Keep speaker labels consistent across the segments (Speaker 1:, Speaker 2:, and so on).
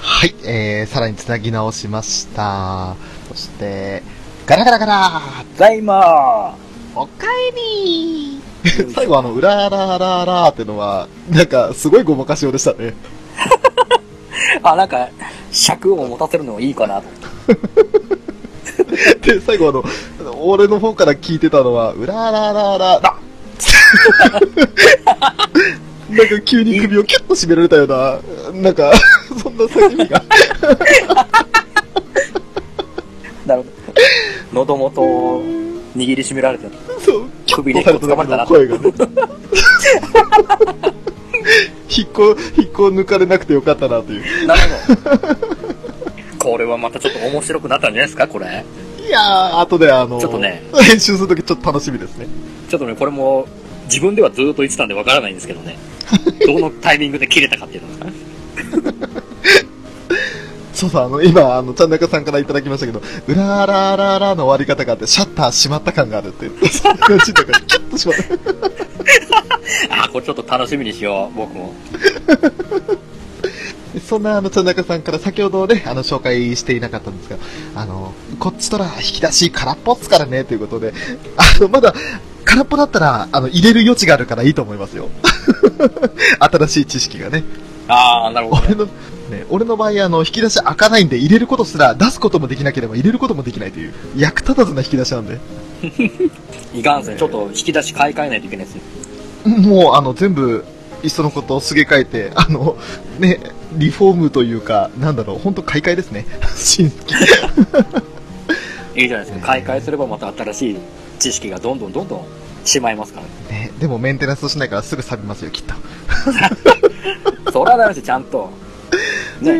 Speaker 1: はい、えー、さらに繋ぎ直しました。そして、ガラガラガラ
Speaker 2: ザイマ
Speaker 1: おかえり 最後あの、うららららーってのは、なんか、すごいごまかしようでしたね。
Speaker 2: ーあ、なんか、尺を持たせるのもいいかなと思って。
Speaker 1: で、最後あの、俺の方から聞いてたのは、うらららら だなんか急に首をキュッと締められたような、なんか、そんな叫 びが。
Speaker 2: なるほど。喉元を握りしめられてる。
Speaker 1: そう、キュ
Speaker 2: 首
Speaker 1: ッとされ
Speaker 2: に
Speaker 1: た
Speaker 2: 掴ま
Speaker 1: 時
Speaker 2: れた
Speaker 1: の
Speaker 2: な
Speaker 1: 声がね。引っこ、引っこ抜かれなくてよかったなという。
Speaker 2: なるほど。これはまたちょっと面白くなったんじゃないですかこれ。
Speaker 1: いやー、後であの、
Speaker 2: ちょっとね
Speaker 1: 編集するときちょっと楽しみですね。
Speaker 2: ちょっとね、これも、自分ではずっと言ってたんでわからないんですけどね。どのタイミングで切れたかっていうのが。
Speaker 1: そうそう、あの、今、あの、ちゃんなかさんからいただきましたけど、うららららの終わり方があって、シャッター閉まった感があるって。 そんな感じだから、キュッと閉まった。
Speaker 2: あー、これちょっと楽しみにしよう。僕も。
Speaker 1: そんな、あの、ちゃんなかさんから先ほどね、あの、紹介していなかったんですが、あの、こっちとら引き出し空っぽっすからね、ということで、あの、まだ、空っぽだったら、あの、入れる余地があるからいいと思いますよ。 新しい知識がね。
Speaker 2: あー、な るほど
Speaker 1: 俺
Speaker 2: ね。
Speaker 1: の、ね、俺の場合、あの、引き出し開かないんで、入れることすら、出すこともできなければ入れることもできないという、役立たずな引き出しなんで。
Speaker 2: いかんせん。ちょっと引き出し買い替えないといけないですね。
Speaker 1: もうあの全部いっそのことをすげ替えてあのねリフォームというかなんだろう本当買い替えですね 新規
Speaker 2: いいじゃないですか。買い替えすればまた新しい知識がどんどんどんどんしまいますからね。
Speaker 1: ねでもメンテナンスしないからすぐ錆びますよきっと
Speaker 2: それはダメですよ、ちゃんと。ね。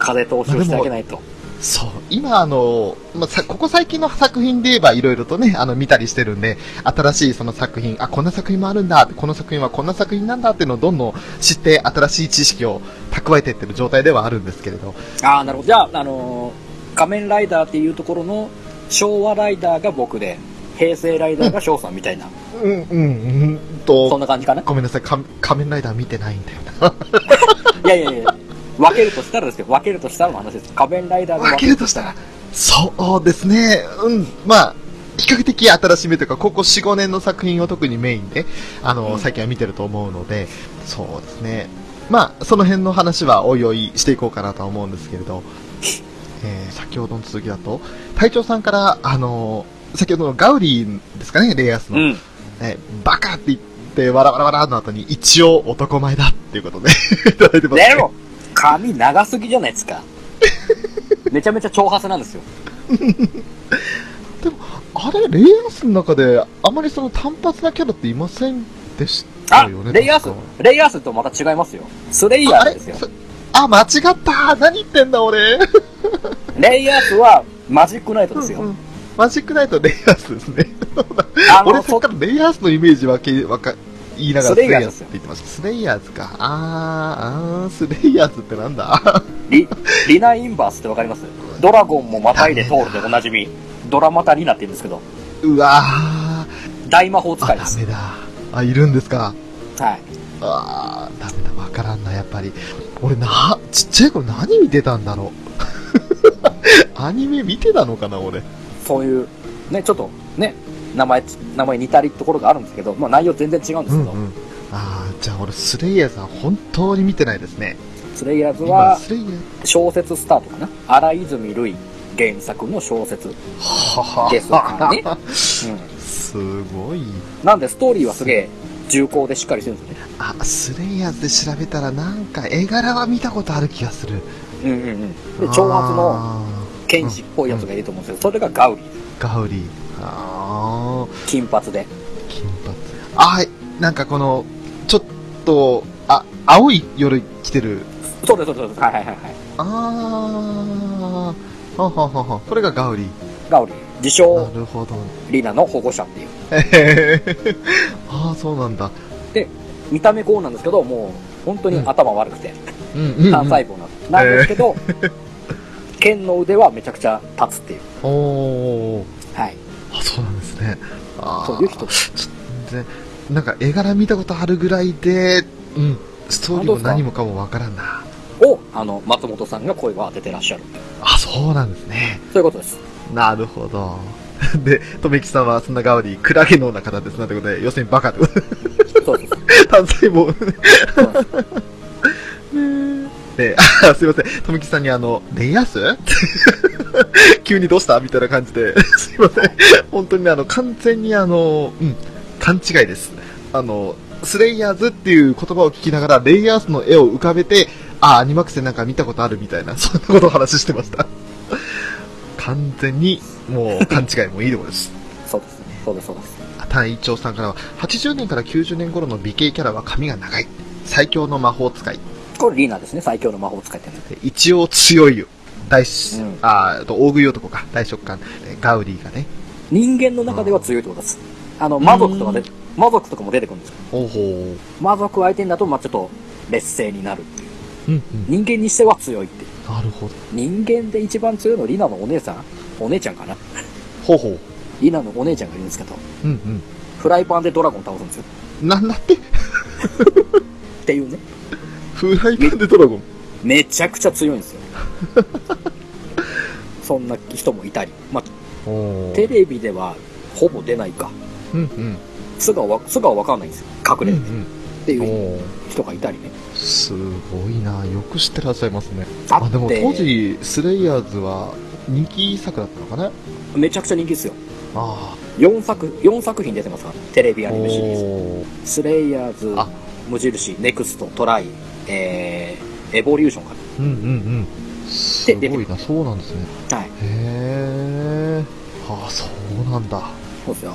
Speaker 2: 風通しをしてあげないと。
Speaker 1: そう今あの、まあ、さここ最近の作品で言えばいろいろとねあの見たりしてるんで新しいその作品あこんな作品もあるんだこの作品はこんな作品なんだっていうのをどんどん知って新しい知識を蓄えていってる状態ではあるんですけれど
Speaker 2: ああ、なるほど。じゃあ、あのー仮面ライダーっていうところの昭和ライダーが僕で、平成ライダーが翔さんみたいな、
Speaker 1: うんうんうん
Speaker 2: そん
Speaker 1: と
Speaker 2: な感じかな。
Speaker 1: ごめんなさい仮仮面ライダー見てないんだよない
Speaker 2: やいやいや、分けるとしたらですよ。分けるとしたらの話です。仮面ライダーが
Speaker 1: 分けるとしたら、そうですね、うん、まあ、比較的新しめというか、ここ4、5年の作品を特にメインで、あの、
Speaker 2: うん
Speaker 1: 最近は見てると思うので、そうですね、まあ、その辺の話はおいおいしていこうかなとは思うんですけれど、えー先ほどの続きだと、隊長さんから、あの先ほどのガウリーですかね、レイアスの、
Speaker 2: うん。
Speaker 1: えバカって言って、わらわらわらの後に、一応男前だっていうことで、 いただいてます、ね。
Speaker 2: でも、髪長すぎじゃないですか。めちゃめちゃ長髪なんですよ。
Speaker 1: あれ、レイアースの中で、あまりその単発なキャラっていませんでした
Speaker 2: あ
Speaker 1: よね。
Speaker 2: レイアース
Speaker 1: 確か
Speaker 2: レイアースとまた違いますよ。スレイヤ
Speaker 1: ああ
Speaker 2: ー
Speaker 1: れ
Speaker 2: ですよ。
Speaker 1: そあ、間違った何言ってんだ俺
Speaker 2: レイヤースはマジックナイトです
Speaker 1: うんう
Speaker 2: よ。
Speaker 1: んマジックナイトレイアースですね。
Speaker 2: あ
Speaker 1: 俺
Speaker 2: の、
Speaker 1: そっ
Speaker 2: そ
Speaker 1: からレイアースのイメージわけ、わか、言いながら
Speaker 2: スレイヤーズ
Speaker 1: スって言ってました。スレイヤーズか。あー、あースレイヤーズってなんだ
Speaker 2: リ、リナ・インバースってわかりますドラゴンもまたいで通るでおなじみ、ドラマタリナって言うんですけど、
Speaker 1: うわー、
Speaker 2: 大魔法使
Speaker 1: あ、
Speaker 2: いで
Speaker 1: ダ
Speaker 2: す。
Speaker 1: メだ。あ、いるんですか。
Speaker 2: はい。
Speaker 1: あー、ダメだ。わからんな、やっぱり。俺な、ちっちゃい頃何見てたんだろう。 アニメ見てたのかな、俺。
Speaker 2: そういう、ね、ちょっと、ね、名前、名前似たりところがあるんですけど、まあ内容全然違うんですけど、
Speaker 1: ん、ああじゃあ俺スレイヤーさん本当に見てないですね
Speaker 2: スレイヤーズ
Speaker 1: 今
Speaker 2: は
Speaker 1: スレイヤー
Speaker 2: 小説スタートかな荒泉類原作の小説。
Speaker 1: はは
Speaker 2: ですからね
Speaker 1: ね すごい
Speaker 2: なんでストーリーはすげえ重厚でしっかりしてるんですよね。
Speaker 1: あスレイヤーズで調べたらなんか絵柄は見たことある気がする
Speaker 2: うんうんうん。で、長髪の
Speaker 1: あ
Speaker 2: 剣士っぽいやつがいると思うんですけど、それがガウリー。
Speaker 1: ーガウリーああ
Speaker 2: 金髪で。
Speaker 1: 金髪あーなんかこのちょっとあ青い夜着てる
Speaker 2: そうです、そうですそうです。はいはいはいはい。
Speaker 1: ああははははこれがガウリー
Speaker 2: ガウリー。自称
Speaker 1: な、るほど
Speaker 2: リナの保護者っていう。
Speaker 1: えへへへああそうなんだ
Speaker 2: 見た目こうなんですけど、もう、本当に頭悪くて、
Speaker 1: うんうんうん
Speaker 2: 単細胞なんですなんですけど、剣の腕はめちゃくちゃ立つっていう。
Speaker 1: おー
Speaker 2: はい。
Speaker 1: あそうなんですねあー
Speaker 2: そういう人。
Speaker 1: 全然なんか絵柄見たことあるぐらいでうんストーリーも
Speaker 2: 本当ですか
Speaker 1: 何もかもわからんな
Speaker 2: を、あの、松本さんが声を当ててらっしゃる。
Speaker 1: あ、そうなんですね。
Speaker 2: そういうことです。
Speaker 1: なるほど。 で、とめきさんはそんな代わり、クラゲのような方ですなということで、要するにバカってこと
Speaker 2: そうです。
Speaker 1: 単細胞。
Speaker 2: そうです
Speaker 1: で、あすいません。とめきさんにあの、レイヤース 急にどうしたみたいな感じで。 すいません。本当にね、あの、完全にあの、うん、勘違いです。あの、スレイヤーズっていう言葉を聞きながら、レイヤースの絵を浮かべて、あ、アニマックスでなんか見たことあるみたいな、そんなことを話してました。 完全に、もう、勘違いもいいところです。
Speaker 2: そうです。そうです。そうです。
Speaker 1: 単一長さんからは、80年から90年頃の美形キャラは髪が長い。最強の魔法使い。
Speaker 2: これリーナですね、最強の魔法使いってね。
Speaker 1: 一応強いよ。大し、
Speaker 2: うん
Speaker 1: あーと、大食い男か。大食感。えガウリーがね。
Speaker 2: 人間の中では強いってことです。あの、魔族とかで、魔族とかも出てくるんですよ。
Speaker 1: ほうほ
Speaker 2: 魔族相手にだと、まあちょっと、劣勢になるっていう。
Speaker 1: う。うん
Speaker 2: 人間にしては強いっていう。
Speaker 1: うん。なるほど。
Speaker 2: 人間で一番強いのはリナのお姉さん、お姉ちゃんかな。
Speaker 1: ほうほう。
Speaker 2: リナのお姉ちゃんがいるんですけど、
Speaker 1: うん
Speaker 2: フライパンでドラゴン倒すんですよ。
Speaker 1: うん。なんだって
Speaker 2: っていうね。
Speaker 1: フライパンでドラゴン。
Speaker 2: めちゃくちゃ強いん ですよ。そんな人もいたり。まあ、
Speaker 1: お
Speaker 2: テレビではほぼ出ないか。
Speaker 1: うんうん。
Speaker 2: 素顔は、素顔わかんないんですよ。隠
Speaker 1: うん
Speaker 2: れ
Speaker 1: う
Speaker 2: て
Speaker 1: ん。
Speaker 2: っていう
Speaker 1: おー
Speaker 2: 人がいたりね。
Speaker 1: すごいなよく知ってらっしゃいますね。
Speaker 2: あ
Speaker 1: あ、でも
Speaker 2: って
Speaker 1: 当時、スレイヤーズは人気作だったのかな
Speaker 2: めちゃくちゃ人気ですよ。
Speaker 1: あ
Speaker 2: 4作、4作品出てますから、テレビ
Speaker 1: あ。
Speaker 2: アニメシリーズ。
Speaker 1: おー
Speaker 2: スレイヤーズ
Speaker 1: あ、
Speaker 2: 無印、ネクスト、トライ、えー、エボリューションか
Speaker 1: うんうんうん。すごいな、そうなんですね。
Speaker 2: な。はい。
Speaker 1: へえ。ああ、そうなんだ。
Speaker 2: そうですよ。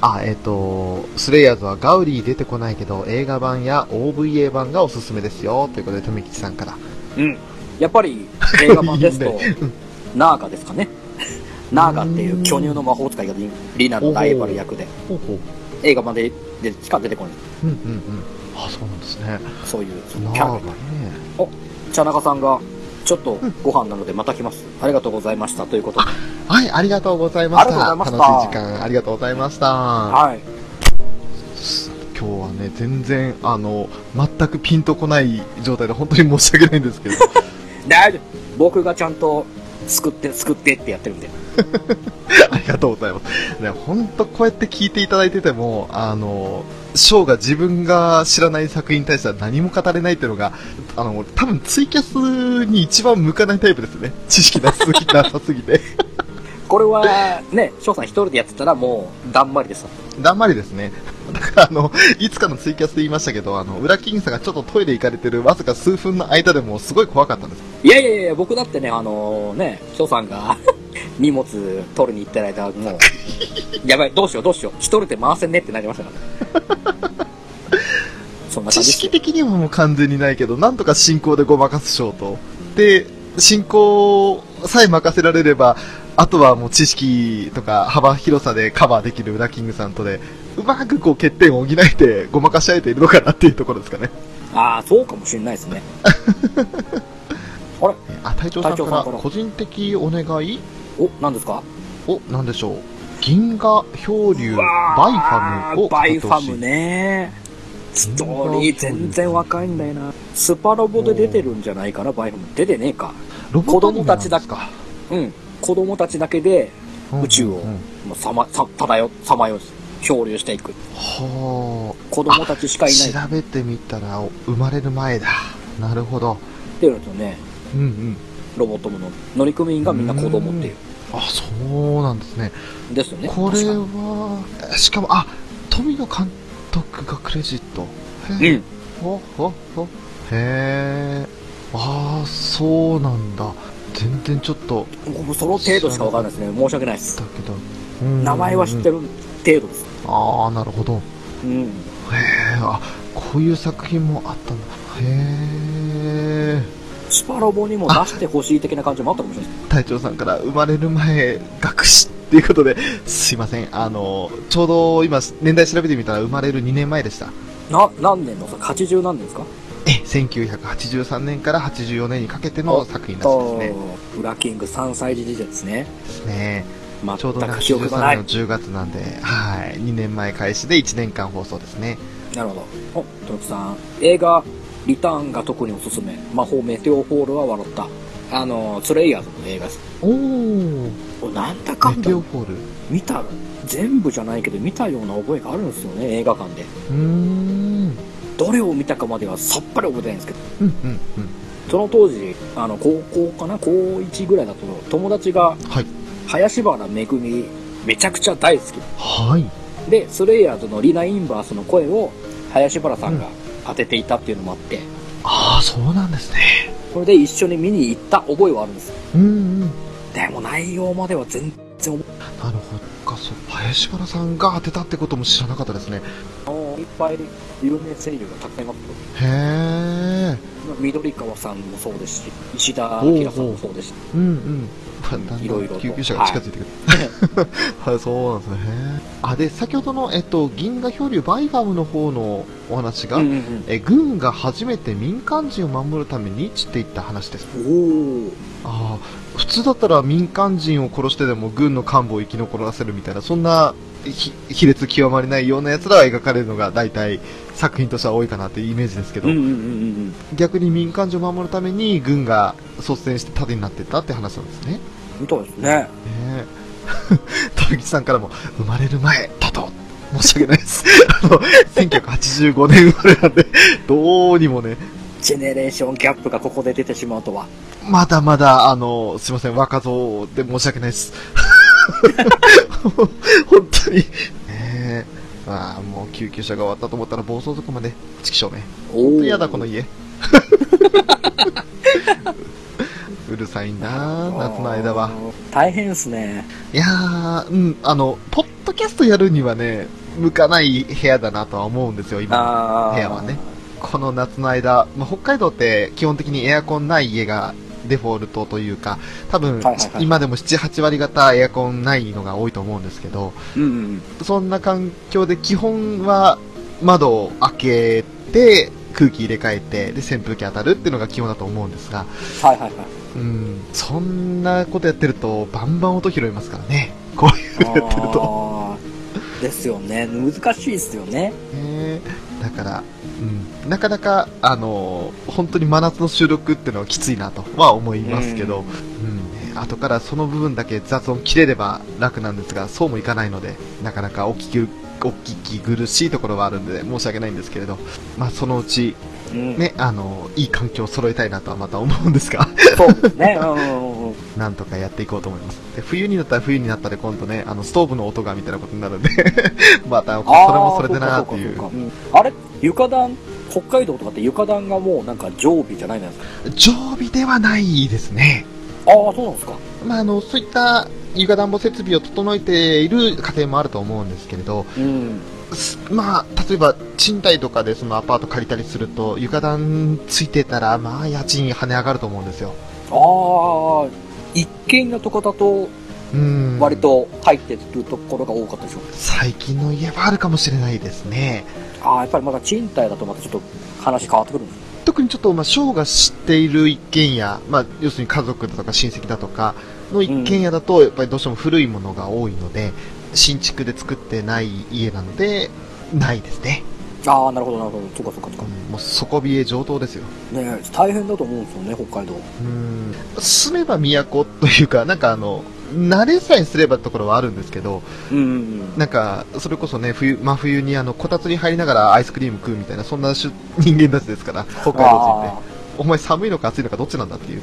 Speaker 1: あ、えっ、と、スレイヤーズはガウリー出てこないけど、映画版や OVA 版がおすすめですよ。ということで、富吉さんから。
Speaker 2: うん。やっぱり、映画 版ですと、
Speaker 1: いいね
Speaker 2: ナーガですかね。ナーガっていう巨乳の魔法使いがリリナのライバル役で、
Speaker 1: ほうほう。
Speaker 2: 映画版ででしか出てこない。
Speaker 1: うんうんうん。あ、そうなんですね。
Speaker 2: そういうそ
Speaker 1: な
Speaker 2: の
Speaker 1: あ
Speaker 2: キャラ
Speaker 1: が
Speaker 2: が。
Speaker 1: ね。
Speaker 2: 茶中さんが、ちょっとご飯なのでまた来ます。ありがとうございました。ということで。
Speaker 1: はい、ありがとうございました。
Speaker 2: ありがとうございました
Speaker 1: 楽しい時間、ありがとうございました。
Speaker 2: はい。
Speaker 1: 今日はね、全然、あの、全くピンとこない状態で、本当に申し訳ないんですけど。
Speaker 2: 大丈夫僕がちゃんと、救って、救ってってやってるんで。
Speaker 1: ありがとうございます。ね、ほんとこうやって聞いていただいてても、あの、ショーが自分が知らない作品に対しては何も語れないっていうのが、あの、多分ツイキャスに一番向かないタイプですね。知識なさすぎ、なさすぎて。
Speaker 2: これは、ね、翔さん一人でやってたらもう、だんまりです。
Speaker 1: だんまりですね。だからあの、いつかのツイキャスで言いましたけど、あの、裏キングさんがちょっとトイレ行かれてるわずか数分の間でもすごい怖かったんです。
Speaker 2: いやいやいや、僕だってね、あのね、翔さんが 荷物取りに行ってる間、も う、やばい、どうしようどうしよう、一人で回せんねってなりましたからね。 そんな感
Speaker 1: 知
Speaker 2: じです
Speaker 1: 識
Speaker 2: よ。
Speaker 1: 的にはもう完全にないけど、なんとか進行でごまかすショート。で、進行さえ任せられれば、あとはもう知識とか幅広さでカバーできるウラキングさんとで、うまくこう欠点を補えてごまかし合えているのかなっていうところですかね。
Speaker 2: ああ、そうかもしれないですね。あれ
Speaker 1: あ、隊長さんか
Speaker 2: 隊長さ
Speaker 1: ら
Speaker 2: んから
Speaker 1: 個人的お願い
Speaker 2: お、何ですか
Speaker 1: お、なんでしょう。銀河漂流
Speaker 2: う
Speaker 1: バイフ
Speaker 2: わー
Speaker 1: ァムを
Speaker 2: バ
Speaker 1: 買
Speaker 2: イ
Speaker 1: って
Speaker 2: フ
Speaker 1: ほ
Speaker 2: ァ
Speaker 1: しい
Speaker 2: ムね。ストーリー全然若いんだよな。スパロボで出てるんじゃないかな、バイファム。出てねえか。
Speaker 1: ロボッ
Speaker 2: 子
Speaker 1: トアニメ
Speaker 2: 供
Speaker 1: な
Speaker 2: た
Speaker 1: ん
Speaker 2: ち
Speaker 1: で
Speaker 2: だ
Speaker 1: すか。
Speaker 2: うん。子供たちだけで
Speaker 1: うんうんうん
Speaker 2: 宇宙をもうさま、さ、漂う、さまよう、漂流していく。
Speaker 1: は
Speaker 2: 子供たちしかいない
Speaker 1: あ。調べてみたら、生まれる前だ。なるほど。
Speaker 2: っていうのとね、
Speaker 1: うんうん。
Speaker 2: ロボットもの乗組員がみんな子供っていう。
Speaker 1: あ、そうなんですね。
Speaker 2: ですよね。
Speaker 1: これ
Speaker 2: 確かに
Speaker 1: は、しかも、あ、富野監督がクレジット。
Speaker 2: う
Speaker 1: へえ。
Speaker 2: ん。
Speaker 1: ほほほ。へえ。ああ、そうなんだ。全然ちょっと、
Speaker 2: 僕その程度しかわからないですね。申し訳ないです
Speaker 1: だ。けど。うん
Speaker 2: 名前は知ってる程度です。
Speaker 1: ああ、なるほど。へ
Speaker 2: うん。
Speaker 1: え、あ、こういう作品もあったんだ。へえ。
Speaker 2: スパロボにも出してほしい的な感じもあったかもしれないです。
Speaker 1: 隊長さんから生まれる前学士っていうことで、すいません。あの、ちょうど今、年代調べてみたら生まれる2年前でした。
Speaker 2: な、何年のさ、80何年ですか
Speaker 1: え、1983年から84年にかけての作品らしい
Speaker 2: と、
Speaker 1: で
Speaker 2: ブラキング3歳児時代ですね。
Speaker 1: すね。ですね。
Speaker 2: 全
Speaker 1: ちょうどね
Speaker 2: く記憶がな
Speaker 1: 83
Speaker 2: い。
Speaker 1: 年の10月なんで、はい。2年前開始で1年間放送ですね。
Speaker 2: なるほど。お、トロクさん、映画、リターンが特におすすめ。魔法メテオフォールは笑った。あの、スレイヤーズの映画です。
Speaker 1: おー、
Speaker 2: おなんだかん
Speaker 1: メ
Speaker 2: だ
Speaker 1: テオフォール。う
Speaker 2: 見た、全部じゃないけど見たような覚えがあるんですよね、映画館で。
Speaker 1: ーん。
Speaker 2: どれを見たかまではさっぱり覚えてないんですけど、
Speaker 1: うんうんうん。
Speaker 2: その当時、あの、高校かな高1ぐらいだと、友達が、
Speaker 1: はい。
Speaker 2: 林原めぐみ、めちゃくちゃ大好き。
Speaker 1: はい。
Speaker 2: で、スレイヤーズのリナ・インバースの声を、林原さんが当てていたっていうのもあって、
Speaker 1: ああ、そうなんですね。
Speaker 2: それで一緒に見に行った覚えはあるんです。
Speaker 1: うんうん。な
Speaker 2: でも内容までは全然覚
Speaker 1: るほど。か、そう。林原さんが当てたってことも知らなかったですね。
Speaker 2: えていっぱい有名声優がたくさんいますけ
Speaker 1: へえ。
Speaker 2: ど、緑川さんもそうですし、石田明さんもそうですし、
Speaker 1: うんうん。だんだん
Speaker 2: いろいろと
Speaker 1: 救急車が近づいてくる。はい、 そうなんですね。あ、で、先ほどの、えっと、銀河漂流バイファムの方のお話が、
Speaker 2: うんうん
Speaker 1: え軍が初めて民間人を守るために散っていった話です
Speaker 2: うん、おー
Speaker 1: ああ普通だったら民間人を殺してでも軍の幹部を生き残らせるみたいなそんなひ卑劣極まりないようなやつらが描かれるのが大体作品としては多いかなっていうイメージですけど、
Speaker 2: うんうんうんうん
Speaker 1: 逆に民間人を守るために軍が率先して盾になっていったって話なんですねね
Speaker 2: うん。そうですね。
Speaker 1: え高木さんからも生まれる前だと申し訳ないです あの1985年生まれなんでどうにもね
Speaker 2: ジェネレーションギャップがここで出てしまうとは。
Speaker 1: まだまだ、あの、すいません、若造で申し訳ないです。 本当に。ねえまあ、もう救急車が終わったと思ったら暴走族まで、チキショーね。
Speaker 2: お
Speaker 1: 本
Speaker 2: ー
Speaker 1: 当嫌だ、この家。うるさいな夏の間は。。
Speaker 2: 大変ですね。
Speaker 1: いやー、うん、あの、ポッドキャストやるにはね、向かない部屋だなとは思うんですよ、今。
Speaker 2: ああ。
Speaker 1: 部屋はねこの夏の間、まあ、北海道って基本的にエアコンない家がデフォルトというか、多分、
Speaker 2: はいはいはい
Speaker 1: 今でも7、8割方エアコンないのが多いと思うんですけど、
Speaker 2: うんうん。
Speaker 1: そんな環境で基本は窓を開けて、空気入れ替えて、で、扇風機当たるっていうのが基本だと思うんですが、
Speaker 2: はいはいはい。
Speaker 1: うん、そんなことやってると、バンバン音拾いますからね。こういうのやってると。
Speaker 2: あーですよね。難しいですよね。
Speaker 1: ねだから、うん、なかなか、あのー本当に真夏の収録っていうのはきついなとは思いますけど、うん後からその部分だけ雑音切れれば楽なんですが、そうもいかないので、なかなかお聞き、お聞き苦しいところはあるんで、申し訳ないんですけれど、まあ、そのうち、
Speaker 2: うん。
Speaker 1: ね、あのーいい環境を揃えたいなとはまた思うんですが、
Speaker 2: そうですね。うんうん うんうん。
Speaker 1: なんとかやっていこうと思います。で冬になったら冬になったで、今度ね、あの、ストーブの音がみたいなことになるんで、 また、それもそれでなーってい
Speaker 2: あー
Speaker 1: う
Speaker 2: そ。かそかそかうんあれ床暖、北海道とかって床暖がもうなんか常備じゃないじゃないですか。
Speaker 1: 常備ではないですね。
Speaker 2: ああ、そうなんですか。
Speaker 1: まあ、あの、そういった床暖房設備を整えている家庭もあると思うんですけれど、
Speaker 2: うん。
Speaker 1: すまあ、例えば、賃貸とかでそのアパート借りたりすると、床暖ついてたら、まあ、家賃跳ね上がると思うんですよ。
Speaker 2: ああ、一軒家とかだと
Speaker 1: うん。
Speaker 2: 割。と入ってるところが多かったでしょう。
Speaker 1: 最近の家はあるかもしれないですね。
Speaker 2: ああ、やっぱりまだ賃貸だとまたちょっと話変わってくるんですね
Speaker 1: 特にちょっと、まあ、翔が知っている一軒家、まあ、要するに家族だとか親戚だとかの一軒家だと、やっぱりどうしても古いものが多いので、新築で作ってない家なので、ないですね。
Speaker 2: ああ、なるほど、なるほど。そうか、そうか、そうか。
Speaker 1: もう底冷え上等ですよ。
Speaker 2: ねえ大変だと思うんですよね、北海道。
Speaker 1: うん。住めば都というか、なんかあの、慣れさえすればところはあるんですけど、
Speaker 2: うんうんうん。
Speaker 1: なんか、それこそね、冬、真冬にあの、こたつに入りながらアイスクリーム食うみたいな、そんなしゅ人間たちですから、北海道人って
Speaker 2: あ。
Speaker 1: お前寒いのか暑いのかどっちなんだっていう。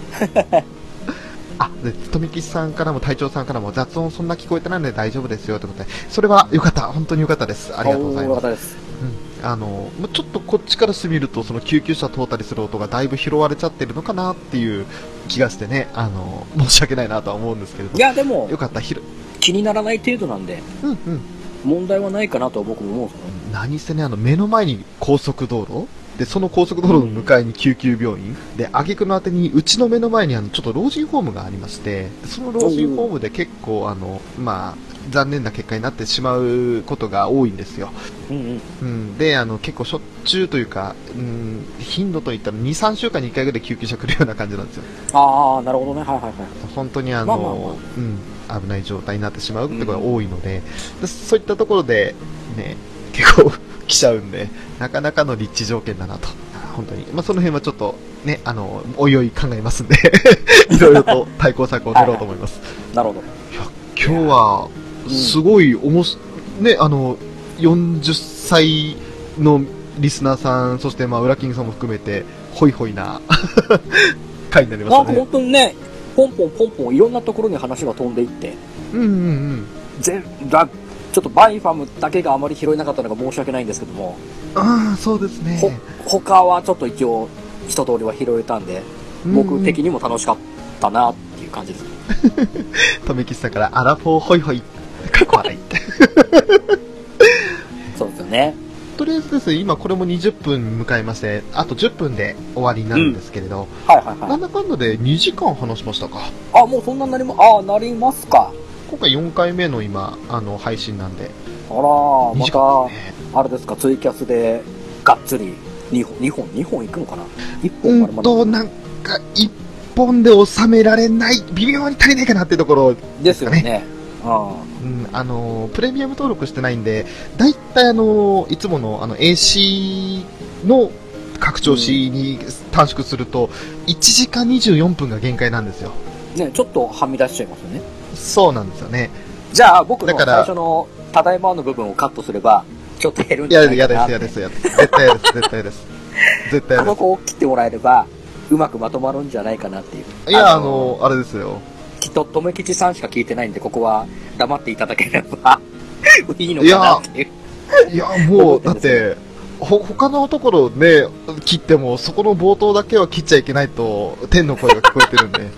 Speaker 1: あ、で、富吉さんからも隊長さんからも雑音そんな聞こえてないので大丈夫ですよってことで、それは良かった、本当に良かったです。
Speaker 2: あ
Speaker 1: ありがとうございます。
Speaker 2: す。
Speaker 1: うんあのまちょっとこっちからしてみるとその救急車通ったりする音がだいぶ拾われちゃってるのかなっていう気がしてねあの申し訳ないなとは思うんですけれど
Speaker 2: いや、でも
Speaker 1: よ、かったひろ
Speaker 2: 気にならない程度なんで、
Speaker 1: うんうん
Speaker 2: 問題はないかなと僕も思うんですよね。
Speaker 1: 何せねあの目の前に高速道路でその高速道路の向かいに救急病院、で挙句のあてにうちの目の前にあのちょっと老人ホームがありましてその老人ホームで結構あのまあ残念な結果になってしまうことが多いんですよ
Speaker 2: うんうん。
Speaker 1: うん、であの結構しょっちゅうというか、うん、頻度といったら2、3週間に1回ぐらい救急車来るような感じなんですよ、
Speaker 2: ああ、なるほどね。はいはいはい。
Speaker 1: 本当にあの、
Speaker 2: まあまあまあ
Speaker 1: うん、危ない状態になってしまうってことが多いので、でそういった ところで、ね、結構来ちゃうんで、なかなかの立地条件だなと。本当に。まあ、その辺はちょっと、ね、あの、おいおい考えますんで、 いろいろと対抗策を練ろうと思います。
Speaker 2: なるほど。
Speaker 1: いや、今日は、
Speaker 2: うん
Speaker 1: すごい、おもし、ね、あの、40歳のリスナーさん、そして、まあ、ウラキングさんも含めて、ホイホイな、 回になりま
Speaker 2: な
Speaker 1: し
Speaker 2: んか
Speaker 1: たね
Speaker 2: 本。当にね、ポンポンポンポンいろんなところに話が飛んでいって、
Speaker 1: うんうんうん。
Speaker 2: 全だちょっとバイファムだけがあまり拾えなかったのが申し訳ないんですけども、
Speaker 1: ああ、そうですね。
Speaker 2: ほ他はちょっと一応一通りは拾えたんで、僕的
Speaker 1: に。
Speaker 2: にも楽しかったなっていう感じです。
Speaker 1: とめきちさんから、アラフォーホイホイ、かっこ悪いって。
Speaker 2: そうですよね。
Speaker 1: とりあえずですね、今これも20分迎えまして、あと10分で終わりになるんですけれど、
Speaker 2: はいはいは
Speaker 1: ないん。だかんだで2時間話しましたか。
Speaker 2: あ、もうそんなになりま、あ、なりますか。
Speaker 1: 今回4回目の今、あの、配信なんで。
Speaker 2: あらー、
Speaker 1: 2時間
Speaker 2: ま
Speaker 1: ですね
Speaker 2: た、あれですか、ツイキャスで、がっつり、2本、2本、2本行くのかな
Speaker 1: う
Speaker 2: ?1 本まる
Speaker 1: んと、なんか、一本で収められない、微妙に足りないかなってところ、
Speaker 2: ですよね。う
Speaker 1: うん、あの、プレミアム登録してないんで、だいたいあの、いつもの、あの、AC の拡張子に短縮すると、1時間24分が限界なんですよ。
Speaker 2: ん。ね、ちょっとはみ出しちゃいますよね。
Speaker 1: そうなんですよね。
Speaker 2: じゃあ、僕の
Speaker 1: だか
Speaker 2: 最
Speaker 1: ら
Speaker 2: 初の、ただいまの部分をカットすれば、ちょっと減るん
Speaker 1: い
Speaker 2: じゃ
Speaker 1: や、
Speaker 2: ない
Speaker 1: 嫌
Speaker 2: か
Speaker 1: で
Speaker 2: な
Speaker 1: す、嫌です、嫌です。絶対嫌です、絶対嫌 です。絶対
Speaker 2: あ
Speaker 1: 嫌
Speaker 2: の
Speaker 1: で
Speaker 2: 子を切ってもらえれば、うまくまとまるんじゃないかなっていう。
Speaker 1: す。いや、あの、あれですよ。
Speaker 2: きっと、とめきちさんしか聞いてないんで、ここは黙っていただければ、 いいの
Speaker 1: い
Speaker 2: かな
Speaker 1: や
Speaker 2: っていう。
Speaker 1: いや、もう、だ
Speaker 2: 思
Speaker 1: っ
Speaker 2: ってる
Speaker 1: て、ほ、他のところね、切っても、そこの冒頭だけは切っちゃいけないと、天の声が聞こえてるんで。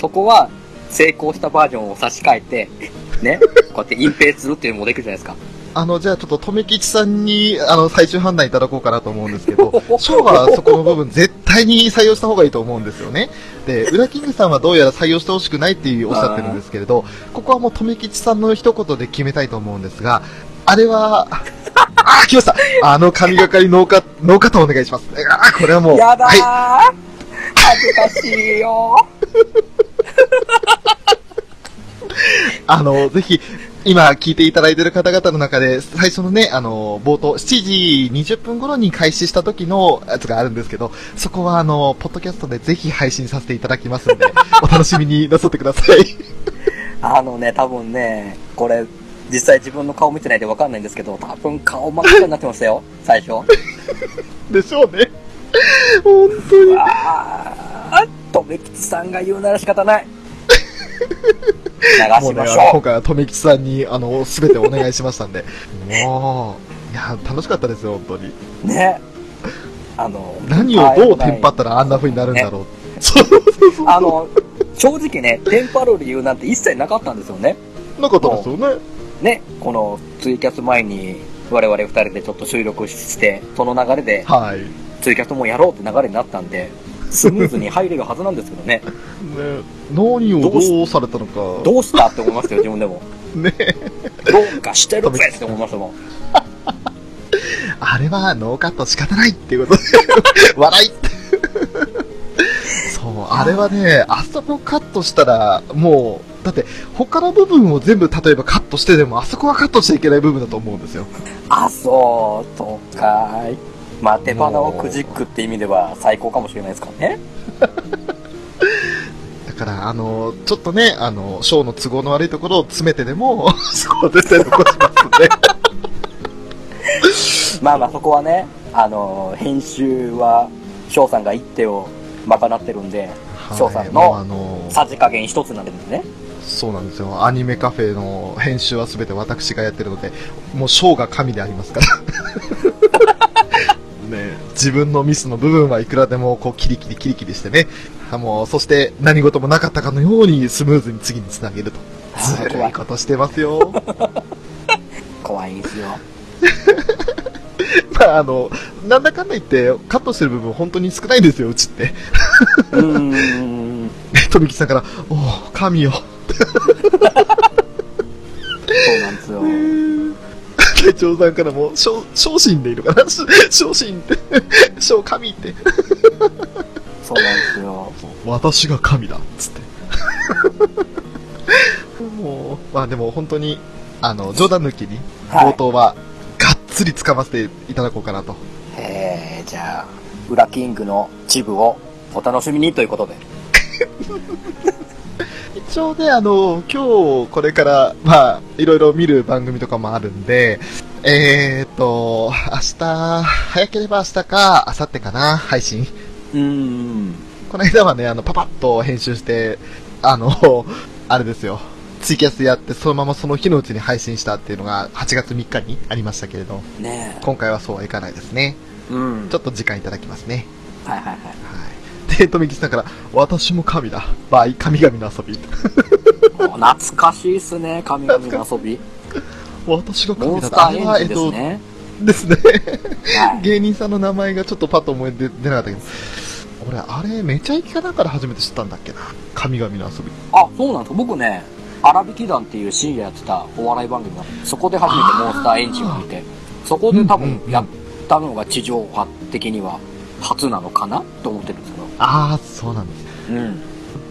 Speaker 2: そこは、成功したバージョンを差し替えて、 ね、こうやって隠蔽するっていうのもできるじゃないですか。
Speaker 1: あの、じゃあちょっと、とめきちさんに、あの、最終判断いただこうかなと思うんですけ ど、ショーはそこの部分、絶対に採用した方がいいと思うんですよね。で、ウラキングさんはどうやら採用してほしくないっていうおっしゃってるんですけれど、ここはもう、とめきちさんの一言で決めたいと思うんですが、あれ は、あ、来ましたあの神がかりノーカ、ノーカットお願いします。あ、これはもう、
Speaker 2: やだー、
Speaker 1: はい、
Speaker 2: 恥ずかしいよ
Speaker 1: あの、ぜひ、今聞いていただいている方々の中で、最初のね、あの、冒頭、7時20分頃に開始した時のやつがあるんですけど、そこはあの、ポッドキャストでぜひ配信させていただきますの で、お楽しみになさってください。
Speaker 2: あのね、多分ね、これ、実際自分の顔見てないでわかんないんですけど、多分顔真っ赤になってましたよ、最初。
Speaker 1: でしょうね。本当に。
Speaker 2: あー、とめきちさんが言うなら仕方ない。流
Speaker 1: も
Speaker 2: し
Speaker 1: うね、
Speaker 2: まし
Speaker 1: あの
Speaker 2: ょ
Speaker 1: 今回は留吉さんに、あの、すべてお願いしました んで、もう、いや、楽しかったですよ、本当に。
Speaker 2: う。ね。あの、
Speaker 1: 何をどうテンパったらあんな風になるんだろう。そうそうそう。
Speaker 2: あの、正直ね、テンパる理由なんて一切なかったんですよね。
Speaker 1: なかったですよね。
Speaker 2: ね、このツイキャス前に我々二人でちょっと収録して、その流れで
Speaker 1: はい。ね、
Speaker 2: ツイキャスもやろうって流れになったんで、スムーズに入れるはずなんですけど ね、
Speaker 1: 何を
Speaker 2: どうし
Speaker 1: どうされたのか。
Speaker 2: どうしたって思いましたよ、自分でも。
Speaker 1: ね
Speaker 2: どうかしてるぜって思いまし たもん。
Speaker 1: あれはノーカット仕方ないっていうこと で、笑いそう、あれはね、あそこカットしたら、もう、だって、他の部分を全部、例えばカットしてでも、あそこはカットしちゃいけない部分だと思うんですよ。
Speaker 2: あ、そう、とかーい。まあ、手鼻をくじくって意味では最高かもしれないですからね。
Speaker 1: だから、あの、ちょっとね、あの、ショーの都合の悪いところを詰めてでも、 そこは絶対残しますんで。
Speaker 2: まあまあ、そこはね、あのー、編集は、翔さんが一手を賄ってるんで、翔さんの
Speaker 1: はいもうあの、
Speaker 2: さじ加減一つなんですね。
Speaker 1: そうなんですよ。アニメカフェの編集は全て私がやってるので、もうショーが神でありますから。ねえ自分のミスの部分はいくらでもこうキリキリキリキリしてね。あもう、そして何事もなかったかのようにスムーズに次につなげると。ずるいことしてますよ。
Speaker 2: 怖いんですよ。
Speaker 1: ま ああの、なんだかんだ言ってカットしてる部分本当に少ないですよ、うちって。
Speaker 2: うーん。
Speaker 1: 富木さんから、おお、神よ。
Speaker 2: そうなんですよ。
Speaker 1: 隊長さんからも、昇昇進でいいのかな し昇進って、昇神って。
Speaker 2: そうなんですよ。
Speaker 1: 私が神だっつって。 もう、まあでも本当に、あの、冗談抜きに、
Speaker 2: はい
Speaker 1: 冒頭は、がっつり掴ませていただこうかなと。
Speaker 2: へじゃあ、裏キングの一部をお楽しみにということで。
Speaker 1: 一応ね、あの、今日これから、まあ、いろいろ見る番組とかもあるんで、えーと、明日、早ければ明日か、明後日かな、配信。
Speaker 2: うーん。
Speaker 1: この間はね、あの、パパッと編集して、あの、 あれですよ。ツイキャスやって、そのままその日のうちに配信したっていうのが、8月3日にありましたけれど、
Speaker 2: ね
Speaker 1: 今回はそうはいかないですね。
Speaker 2: え。うん。
Speaker 1: ちょっと時間いただきますね。
Speaker 2: はいはいはい。
Speaker 1: はい。で、とみきさんから、私も神だ。バイ、神々の遊び。
Speaker 2: お懐かしいっすね、神々の遊び。
Speaker 1: 私が
Speaker 2: モ
Speaker 1: 神
Speaker 2: ン
Speaker 1: だ
Speaker 2: ス
Speaker 1: だ。
Speaker 2: タ
Speaker 1: あ
Speaker 2: ー
Speaker 1: れ
Speaker 2: エ
Speaker 1: は、え
Speaker 2: ン
Speaker 1: っ
Speaker 2: ジンです
Speaker 1: と、
Speaker 2: ね。
Speaker 1: ですね。
Speaker 2: はい。
Speaker 1: 芸人さんの名前がちょっとパッと思い出出なかったけど、俺、あれ、めちゃイケかなんかで初めて知ったんだっけな。神々の遊び。
Speaker 2: あ、そうなんですか。僕ね、荒引き団っていう深夜やってたお笑い番組があってそこで初めてモンスターエンジンを見て、そこで多分やったのが地上波的には初なのかなと思ってるんですけど。
Speaker 1: ああ、そうなんです。
Speaker 2: うん。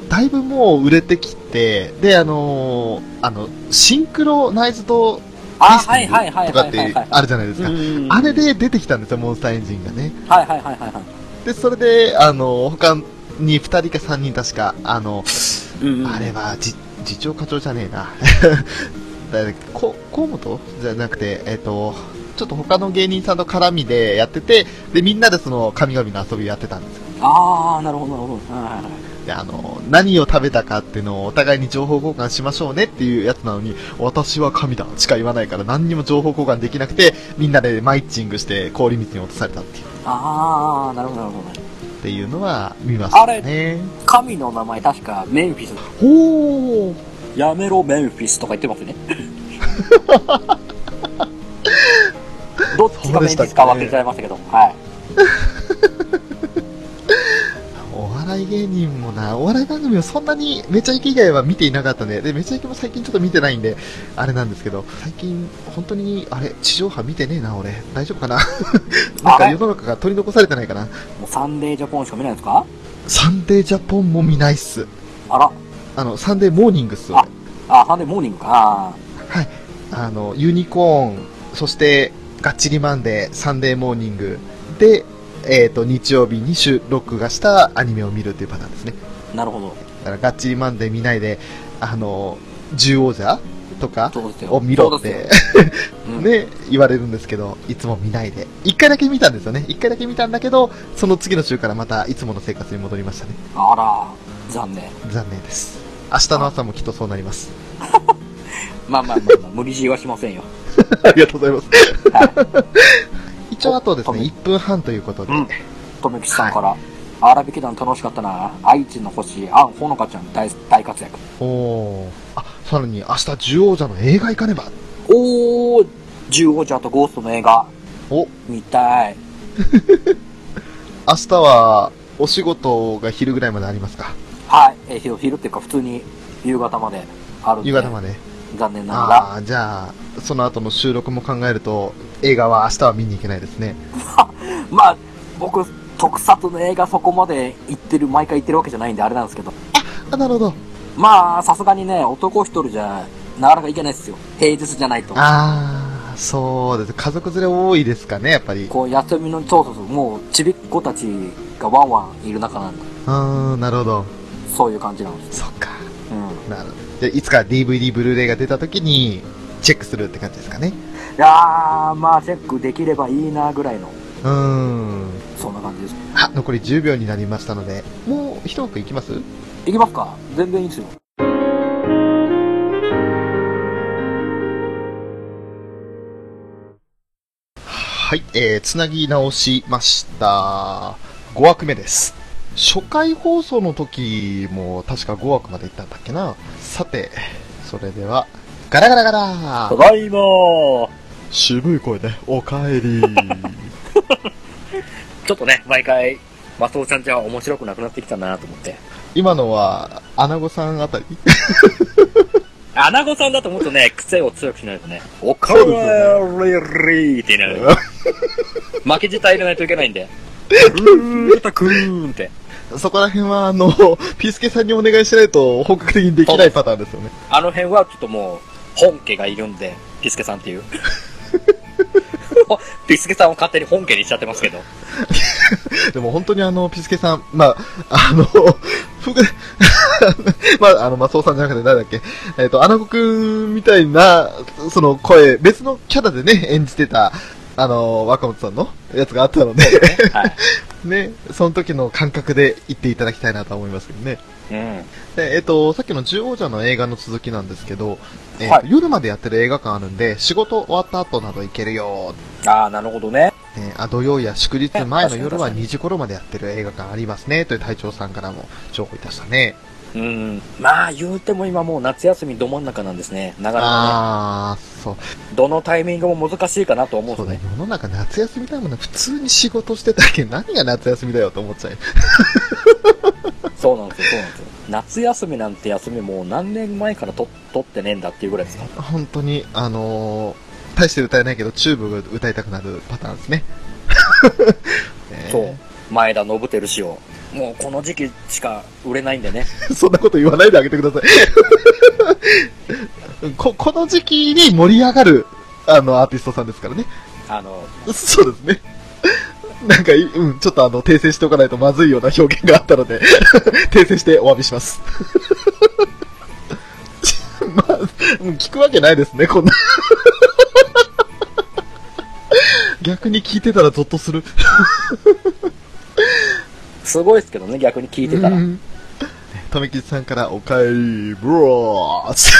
Speaker 1: だいぶもう売れてきて、で、あのーあの、シンクロナイズド
Speaker 2: あ、
Speaker 1: ステ
Speaker 2: はい
Speaker 1: ィ
Speaker 2: はい
Speaker 1: ン
Speaker 2: は
Speaker 1: グ
Speaker 2: い
Speaker 1: とか
Speaker 2: は
Speaker 1: っ
Speaker 2: いはい
Speaker 1: て
Speaker 2: はい。
Speaker 1: あるじゃないですか。
Speaker 2: うん
Speaker 1: あれ、で出てきたんですよ、モンスターエンジンがね。
Speaker 2: はいはいはいはいは
Speaker 1: で、それで、あのー他に2人か3人確か、あの、
Speaker 2: い。うんうん
Speaker 1: あれは、じ、次長課長じゃねえな。 誰だっけこ、河本じゃなくて、えっ、と、ちょっと他の芸人さんの絡みでやってて、で、みんなでその、神々の遊びをやってたんですよ。
Speaker 2: ああ、なるほどなるほど。はいはいはい。
Speaker 1: で、あの、何を食べたかっていうのをお互いに情報交換しましょうねっていうやつなのに、私は神だしか言わないから何にも情報交換できなくて、みんなでマイッチングして氷水に落とされたっていう、
Speaker 2: ああ、なるほどなるほど。
Speaker 1: っていうのは見ましたね。
Speaker 2: 神の名前確かメンフィス。
Speaker 1: ほー
Speaker 2: やめろメンフィスとか言っ てますね。どっちがメンフィスか忘れちゃいましたけど。はい。
Speaker 1: お笑い芸人もな、お笑い番組をそんなにめちゃイケ以外は見ていなかったんで、で、めちゃイケも最近ちょっと見てないんで、あれなんですけど、最近、本当に、あれ、地上波見てねえな、俺。大丈夫かな なんか世の中が取り残されてないかな。
Speaker 2: もうサンデージャポンしか見ないんですか
Speaker 1: サンデージャポンも見ないっす。
Speaker 2: あら。
Speaker 1: あの、サンデーモーニングっす、俺
Speaker 2: あ。あ、サンデーモーニングか。
Speaker 1: はい。あの、ユニコーン、そして、ガッチリマンデー、サンデーモーニングで、えっ、と、日曜日に収録がしたアニメを見るっていうパターンですね。
Speaker 2: なるほど。
Speaker 1: だから、ガッチリマンデー見ないで、あの、獣王者とか
Speaker 2: そうですよ。
Speaker 1: を見ろっ
Speaker 2: そうで
Speaker 1: て、
Speaker 2: すよ。うん
Speaker 1: ね、言われるんですけど、いつも見ないで。一回だけ見たんですよね。一回だけ見たんだけど、その次の週からまたいつもの生活に戻りましたね。
Speaker 2: あら、残念。
Speaker 1: 残念です。明日の朝もきっとそうなります。
Speaker 2: まあまあまあ まあ、無理強いはしませんよ。
Speaker 1: ありがとうございます。
Speaker 2: はい。
Speaker 1: 一応あとですね、
Speaker 2: お
Speaker 1: 1分半ということで、
Speaker 2: うんとめきちさんから、荒引き団楽しかったな。愛知の星、アンほのかちゃん大大活躍。
Speaker 1: おーあ、さらに明日獣王者の映画行かねば。
Speaker 2: おー、十王者とゴーストの映画、
Speaker 1: お、
Speaker 2: 見たい。
Speaker 1: 明日は、お仕事が昼ぐらいまでありますか。
Speaker 2: はい。えー、昼昼っていうか、普通に夕方まであるんで。
Speaker 1: 夕方まで。
Speaker 2: 残念ながら。
Speaker 1: ああ、じゃあ、その後の収録も考えると、映画は明日は見に行けないですね。
Speaker 2: まあ、僕、特撮の映画そこまで行ってる、毎回行ってるわけじゃないんで、あれなんですけど。
Speaker 1: あ、なるほど。
Speaker 2: まあ、さすがにね、男一人じゃ、なかなか行けないですよ。平日じゃないと。
Speaker 1: ああ、そうです。家族連れ多いですかね、やっぱり。う
Speaker 2: こう、休みの、そうそうそう、もう、ちびっ子たちがワンワンいる中なんで、
Speaker 1: ーん、なるほど。
Speaker 2: そういう感じなんです。
Speaker 1: そっか。
Speaker 2: うん。
Speaker 1: なるほど。じゃあいつか DVD、ブルーレイが出た時に、チェックするって感じですかね。
Speaker 2: いやー、まあ、チェックできればいいな、ぐらいの、
Speaker 1: うーん。
Speaker 2: そんな感じです。
Speaker 1: あ、残り10秒になりましたので、もう一枠いきます
Speaker 2: 行きますか全然いいですよ。
Speaker 1: はい、えー、つなぎ直しました。5枠目です。初回放送の時も確か5枠まで行ったんだっけな。さて、それでは、ガラガラガラ
Speaker 2: ただいまー。
Speaker 1: 渋い声で、おかえり。
Speaker 2: ちょっとね、毎回、マスオちゃんじゃ面白くなくなってきたなと思って。
Speaker 1: 今のは、アナゴさんあたり
Speaker 2: アナゴさんだともっと ね、癖を強くしないとね、おか
Speaker 1: そ
Speaker 2: わ
Speaker 1: うです
Speaker 2: りりって言いな がら、負けじと入れないといけないんで、うーたくーんって。
Speaker 1: そこら辺は、あの、ピスケさんにお願いしないと、本格的にできないパターンですよね。
Speaker 2: あの辺はちょっともう、本家がいるんで、ピスケ さんっていう。おピスケさんを勝手に本家にしちゃってますけど。
Speaker 1: でも本当にあの、ピスケさん、まあ、あの、 ふぐ、まあ、あの、マスオさんじゃなくて誰だっけ、えっ、と、アナゴくんみたいな、その声、別のキャラでね、演じてた、あの、若本さんのやつがあったので、
Speaker 2: はい。
Speaker 1: ね、その時の感覚で言っていただきたいなとは思いますけどね。
Speaker 2: うん。
Speaker 1: でえっ、と、さっきの十王者の映画の続きなんですけど、えーと
Speaker 2: はい
Speaker 1: 夜までやってる映画館あるんで、仕事終わった後など行けるよ、
Speaker 2: ああ、なるほどね。
Speaker 1: ね、あ土曜や祝 日前の夜は2時頃までやってる映画館ありますね、という隊長さんからも情報いたしたね。
Speaker 2: うん。まあ、言うても今もう夏休みど真ん中なんですね。なかなか
Speaker 1: あー、そう。
Speaker 2: ね、どのタイミングも難しいかなと思うん
Speaker 1: そ
Speaker 2: で
Speaker 1: う
Speaker 2: す
Speaker 1: だね
Speaker 2: ね。。
Speaker 1: 世の中夏休みだもんね。普通に仕事してたけど、 何が夏休みだよと思っちゃう。
Speaker 2: そうなんですよ、そうなんですよ。夏休みなんて休みもう何年前からと取ってねえんだっていうぐらいですか。
Speaker 1: 本当に、あのー、大して歌えないけど、チューブが歌いたくなるパターンですね。ね
Speaker 2: そう。前田信輝氏を。もうこの時期しか売れないんでね。
Speaker 1: そんなこと言わないであげ てください。こ、この時期に盛り上がる、あの、アーティストさんですからね。
Speaker 2: あの、
Speaker 1: そうですね。なんかい、うん、ちょっとあの、訂正しておかないとまずいような表現があったので、 訂正してお詫びします。 まあ、うん聞くわけないですね、こんな。 逆に聞いてたらゾッとする。
Speaker 2: すごいですけどね、逆に聞いてたら。
Speaker 1: うんとめきちさんから、おかえり、ブロース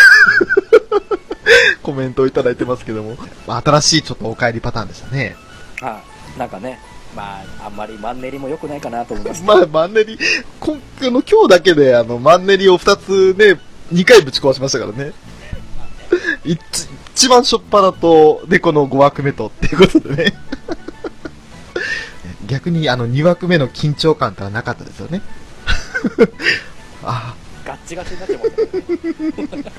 Speaker 1: コメントをいただいてますけども、まあ、新しいちょっとおかえりパターンでしたね。
Speaker 2: はい。なんかね、まあ、あんまりマンネリも良くないかなと思いま す。
Speaker 1: まあ、マンネリ、今あの今日だけで、あの、マンネリを2つね、2回ぶち壊しましたからね。一一番初っ端と、で、この5枠目とっていうことでね。 逆に、あの、2枠目の緊張感ってのはなかったですよね。 あ
Speaker 2: ガッチガチになっちゃいますね。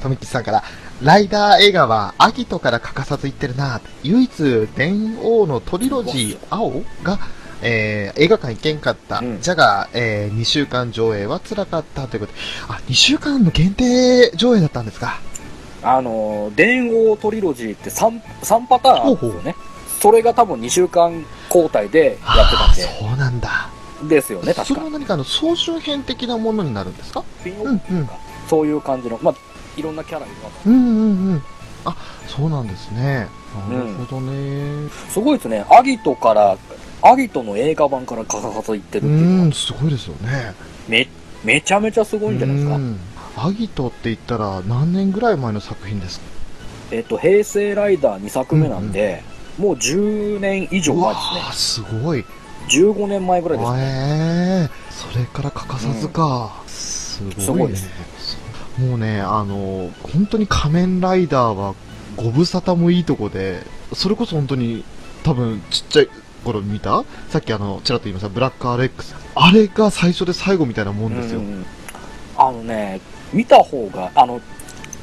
Speaker 1: あ、とみきさんから、ライダー映画は、秋とから欠かさず言ってるな唯一、電王のトリロジー、青が、えー映画館行けんかった。
Speaker 2: うん
Speaker 1: じゃが、え2週間上映は辛かったということで。あ、2週間の限定上映だったんですか。
Speaker 2: あの、電王トリロジーって 3, 3パターンあるんですよね。
Speaker 1: ほう
Speaker 2: それが多分2週間交代でやってた
Speaker 1: あ
Speaker 2: ん
Speaker 1: ー
Speaker 2: で。
Speaker 1: そうなんだ。
Speaker 2: ですよね、確
Speaker 1: そ
Speaker 2: か
Speaker 1: れは。何かあの、総集編的なものになるんですか
Speaker 2: スピンオ
Speaker 1: うん
Speaker 2: フ
Speaker 1: うん。
Speaker 2: そういう感じの、まあ、いろんなキャラが。
Speaker 1: うんうんうん。あ、そうなんですね。なるほどね。
Speaker 2: すごいですね。アギトから、アギトの映画版から欠かさず行ってるっ
Speaker 1: う
Speaker 2: ていうの
Speaker 1: ん、
Speaker 2: は
Speaker 1: すごいですよね。
Speaker 2: め、めちゃめちゃすごいんじゃないですか
Speaker 1: う。んアギトって言ったら何年ぐらい前の作品ですか
Speaker 2: えっと、平成ライダー2作目なんで、もう10年以上
Speaker 1: うわ
Speaker 2: 前で
Speaker 1: ーすごい。
Speaker 2: すね。15年前ぐらいです。
Speaker 1: ええそれから欠かさずか。すごい,、ね、
Speaker 2: すごいですね
Speaker 1: そうもうね、あの、本当に仮面ライダーはご無沙汰もいいとこで、それこそ本当に多分ちっちゃい頃見たさっきあの、ちらっと言いました、ブラックアレックス。あれが最初で最後みたいなもんですよ。
Speaker 2: うんあのね、見た方が、あの、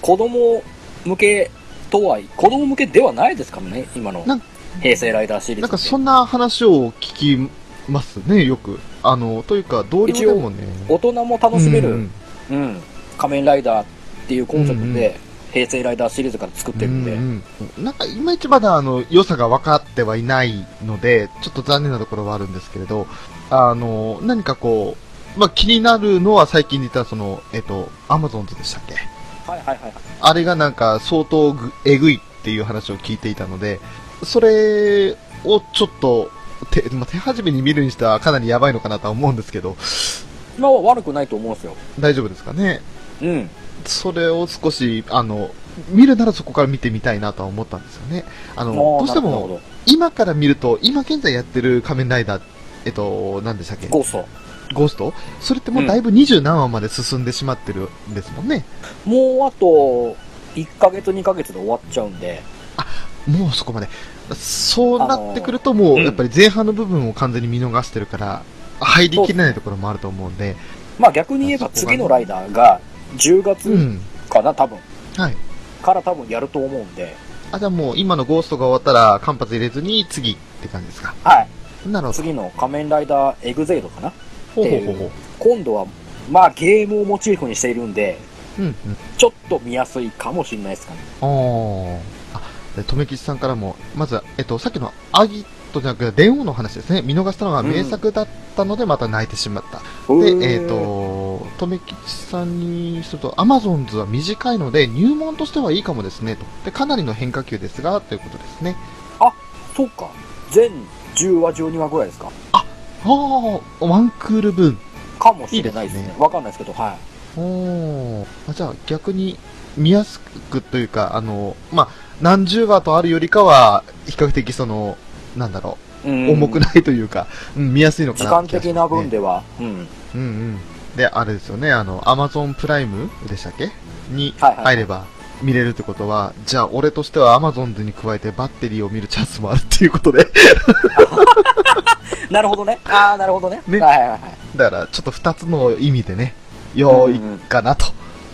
Speaker 2: 子供向けとはい、子供向けではないですからね、今の
Speaker 1: なん
Speaker 2: 平成ライダーシリーズって。
Speaker 1: なんかそんな話を聞きますね、よく。あの、というか同僚でもね。
Speaker 2: 大人も楽しめる、
Speaker 1: う
Speaker 2: うん
Speaker 1: うんん
Speaker 2: 仮面ライダーっていうコンセプト
Speaker 1: うんう
Speaker 2: で、平成ライダーシリーズから作ってるんで、
Speaker 1: うんうんなんかいまいちまだあの良さが分かってはいないので、ちょっと残念なところはあるんですけれど、あの、何かこう、まあ、気になるのは最近で言ったらその、えっと、アマゾンズでしたっけ
Speaker 2: はいはいはい。
Speaker 1: あれがなんか相当ぐえぐいっていう話を聞いていたので、それをちょっと、手、まあ、手始めに見るにしてはかなりやばいのかなとは思うんですけど、
Speaker 2: 今は悪くないと思うんですよ。
Speaker 1: 大丈夫ですかね
Speaker 2: うん。
Speaker 1: それを少し、あの、見るならそこから見てみたいなとは思ったんですよね。あの、どうして
Speaker 2: なる
Speaker 1: も
Speaker 2: ほ、ど
Speaker 1: 今から見ると、今現在やってる仮面ライダー、えっと、何でしたっけ
Speaker 2: ゴースト。
Speaker 1: ゴーストそれってもうだいぶ二十何話まで進んでしまってるんですもんね。
Speaker 2: もうあと、1ヶ月2ヶ月で終わっちゃうんで、
Speaker 1: もうそこまで。そうなってくると、もう
Speaker 2: うん
Speaker 1: やっぱり前半の部分を完全に見逃してるから、入りきれないところもあると思うんで、
Speaker 2: まあ逆に言えば次のライダーが10
Speaker 1: う
Speaker 2: 月
Speaker 1: ん。
Speaker 2: かな、多分。
Speaker 1: はい。
Speaker 2: から多分やると思うんで、
Speaker 1: あ、じゃあもう今のゴーストが終わったら、間髪入れずに次って感じですか。
Speaker 2: はい。
Speaker 1: なるほど。
Speaker 2: 次の仮面ライダーエグゼイドかな。
Speaker 1: ほう
Speaker 2: う
Speaker 1: ほ
Speaker 2: ほ
Speaker 1: うほ
Speaker 2: うほ
Speaker 1: う
Speaker 2: う
Speaker 1: ほ
Speaker 2: ほ今度は、まあゲームをモチーフにしているんで、
Speaker 1: う。うん、うん。
Speaker 2: ちょっと見やすいかもしれないですかね。
Speaker 1: あーあ。で、とめきちさんからも、まず、えっと、さっきのアギトじゃなくて、電王の話ですね。見逃したのが名作だったので、また泣いてしまった。で、えっ、と、とめきちさんにすると、アマゾンズは短いので、入門としてはいいかもですね、と。で、かなりの変化球ですが、ということですね。
Speaker 2: そうか。全10話、12話ぐらいですか。
Speaker 1: ああ、ワンクール分。
Speaker 2: かもしれないです
Speaker 1: いいで
Speaker 2: ね
Speaker 1: す。
Speaker 2: わ、かんないですけど、はい。
Speaker 1: おーあじゃあ逆に見やすくというか、あの、まあ、何十話とあるよりかは、比較的その、なんだろう、重く
Speaker 2: な
Speaker 1: ないというか、うん、見やすいのか
Speaker 2: 時
Speaker 1: な
Speaker 2: 間
Speaker 1: って気がし
Speaker 2: 的
Speaker 1: ま
Speaker 2: な
Speaker 1: すね
Speaker 2: 分。では、うん。
Speaker 1: うんうん。で、あれですよね、あの、アマゾンプライムでしたっけに
Speaker 2: はいはい
Speaker 1: 入れば見れるってことは、じゃあ俺としてはアマゾンズに加えてバッテリーを見るチャンスもあるっていうことで、
Speaker 2: なるほど ね。ああ、なるほどね。
Speaker 1: ね
Speaker 2: はいはいは
Speaker 1: だからちょっと二つの意味でね、良いかなと。
Speaker 2: い。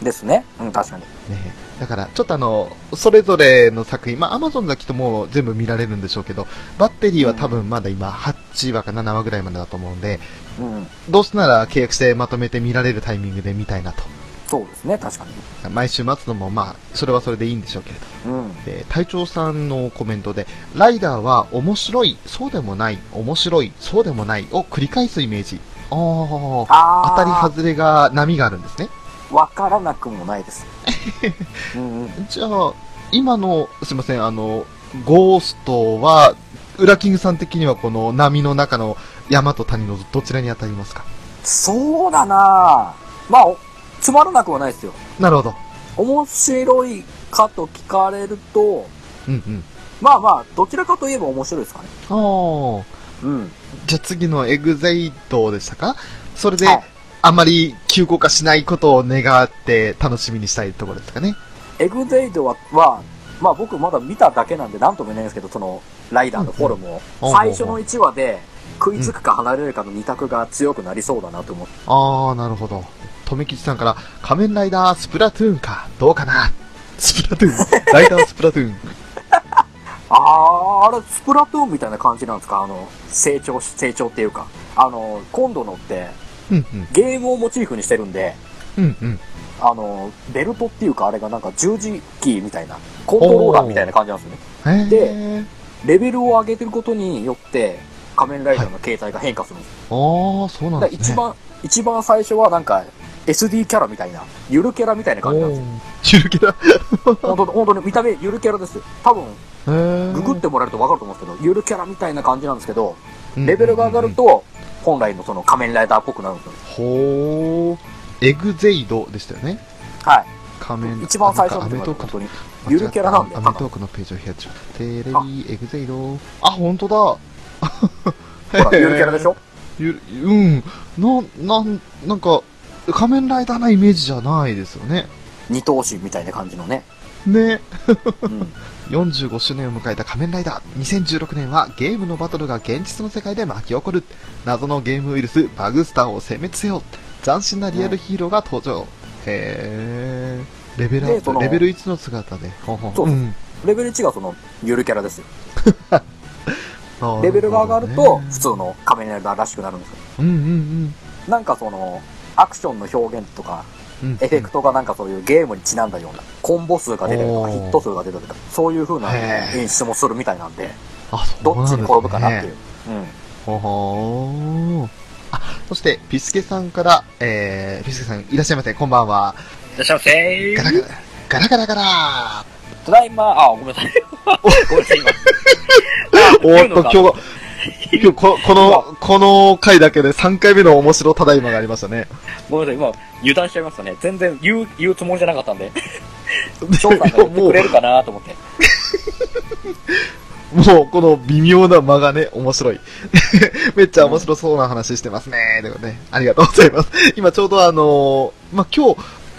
Speaker 2: ですね。うん、確かに。
Speaker 1: ね、だから、ちょっとあの、それぞれの作品、まあ、アマゾンだきっともう全部見られるんでしょうけど、バッテリーは多分まだ今、8話か7話ぐらいまでだと思うんで、
Speaker 2: うん。
Speaker 1: どうせなら契約してまとめて見られるタイミングで見たいなと。
Speaker 2: そうですね、確かに。
Speaker 1: 毎週待つのも、まあ、それはそれでいいんでしょうけれど。
Speaker 2: うん。
Speaker 1: で、隊長さんのコメントで、ライダーは面白い、そうでもない、面白い、そうでもないを繰り返すイメージ。あー
Speaker 2: あ
Speaker 1: 当
Speaker 2: あ。
Speaker 1: たり外れが、波があるんですね。
Speaker 2: わからなくもないです。 うんうん。
Speaker 1: じゃあ、今の、すいません、あの、ゴーストは、ウラキングさん的にはこの波の中の山と谷のどちらに当たりますか
Speaker 2: そうだなぁまあ、おつまらなくはないですよ。
Speaker 1: なるほど。
Speaker 2: 面白いかと聞かれると、
Speaker 1: うんうん。
Speaker 2: まあまあ、どちらかといえば面白いですかね。
Speaker 1: ああ。
Speaker 2: うん。
Speaker 1: じゃあ次のエグゼイトでしたかそれで、
Speaker 2: はい
Speaker 1: あまり急降下しないことを願って楽しみにしたいところですかね。
Speaker 2: エグゼイドは、は、まあ僕まだ見ただけなんで何とも言えないんですけど、その、ライダーのフォルム
Speaker 1: うんう
Speaker 2: を。
Speaker 1: ん
Speaker 2: 最初の1話で、食いつくか離れるかの二択が強くなりそうだなと思って。
Speaker 1: ああ、なるほど。とめきちさんから、仮面ライダースプラトゥーンか、どうかなスプラトゥーン。ライダースプラトゥーン。
Speaker 2: ああ、あれ、スプラトゥーンみたいな感じなんですかあの、成長し、成長っていうか。あの、今度のって、
Speaker 1: うんうん。
Speaker 2: ゲームをモチーフにしてるんで、
Speaker 1: うんうん。
Speaker 2: あの、ベルトっていうか、あれがなんか十字キーみたいな、コントローラーみたいな感じなんですよ
Speaker 1: へ
Speaker 2: ね。
Speaker 1: ー
Speaker 2: でレベルを上げてることによって、仮面ライダーの形態が変化するんです。
Speaker 1: ああ、そうなん
Speaker 2: だ
Speaker 1: で
Speaker 2: から
Speaker 1: す
Speaker 2: 一
Speaker 1: ね。
Speaker 2: 番、一番最初はなんか、SD キャラみたいな、ゆるキャラみたいな感じなんですよ。
Speaker 1: チルキだ。
Speaker 2: 本当に、本当に見た目ゆるキャラですよ。多分、グ
Speaker 1: グ
Speaker 2: グってもらえるとわかると思うんですけど、ゆるキャラみたいな感じなんですけど、レベルが上がる。と、本来のその仮面ライダーっぽくなるんですよ。
Speaker 1: ほー。エグゼイドでしたよね。
Speaker 2: はい。
Speaker 1: 仮面
Speaker 2: 一番最初の
Speaker 1: あ
Speaker 2: 時
Speaker 1: なん
Speaker 2: は
Speaker 1: かアメトー
Speaker 2: 本
Speaker 1: ク
Speaker 2: 当
Speaker 1: の
Speaker 2: に、ゆるキャラなんで、
Speaker 1: あ
Speaker 2: た
Speaker 1: アメ
Speaker 2: だ
Speaker 1: トークのページを開いちゃう。テレ
Speaker 2: あ
Speaker 1: ビ、エグゼイド。あ、本当だ。
Speaker 2: ほら、ゆるキャラで しょ
Speaker 1: ゆるうん。なん、なん、なんか、仮面ライダーなイメージじゃないですよね。
Speaker 2: 二頭身みたいな感じのね。
Speaker 1: ね。
Speaker 2: うん。
Speaker 1: 45周年を迎えた仮面ライダー2016年はゲームのバトルが現実の世界で巻き起こる謎のゲームウイルスバグスターを殲滅せよ斬新なリアルヒーローが登場、へーレベルア
Speaker 2: で
Speaker 1: ッ
Speaker 2: そ
Speaker 1: プ
Speaker 2: の
Speaker 1: レベル1の姿でほんほん
Speaker 2: そうです
Speaker 1: ん
Speaker 2: レベル1がその、ゆるキャラですよ。
Speaker 1: あー
Speaker 2: レベルが上がる
Speaker 1: なほ
Speaker 2: と
Speaker 1: ど、ね
Speaker 2: 普通の仮面ライダーらしくなるんですよ。
Speaker 1: うんうん
Speaker 2: なんかその、アクションの表現とか、
Speaker 1: うんうん
Speaker 2: エフェクトがなんかそういうゲームにちなんだような、コンボ数が出てると
Speaker 1: お
Speaker 2: か、ヒ
Speaker 1: ー
Speaker 2: ット数が出てるとか、そういう風な
Speaker 1: へー
Speaker 2: 演出もするみたいなんで、
Speaker 1: あそう
Speaker 2: どっ
Speaker 1: な
Speaker 2: ち
Speaker 1: ん
Speaker 2: に
Speaker 1: ですね
Speaker 2: 転ぶかなっていう。うん。
Speaker 1: ほほーあそしてピスケさんから、えー、ピスケさんいらっしゃいませこんばんはい
Speaker 3: らっしゃいませ
Speaker 1: ガラガラガラガラガラ
Speaker 3: ただいま、あ、ごめんな さい。ごめんなさい、今。
Speaker 1: おっと、
Speaker 3: 今
Speaker 1: 今日は、今日こ、この、この回だけで3回目の面白ただいまがありましたね。
Speaker 3: ごめんなさい、今、油断しちゃいましたね。全然言う、言うつもりじゃなかったんで。翔さんが言って
Speaker 1: も
Speaker 3: くれるかなと思って。
Speaker 1: う、もう、この微妙な間がね、面白い。 めっちゃ面白そうな話してますね。ということで、ありがとうございます。 今ちょうどあのーまあ、今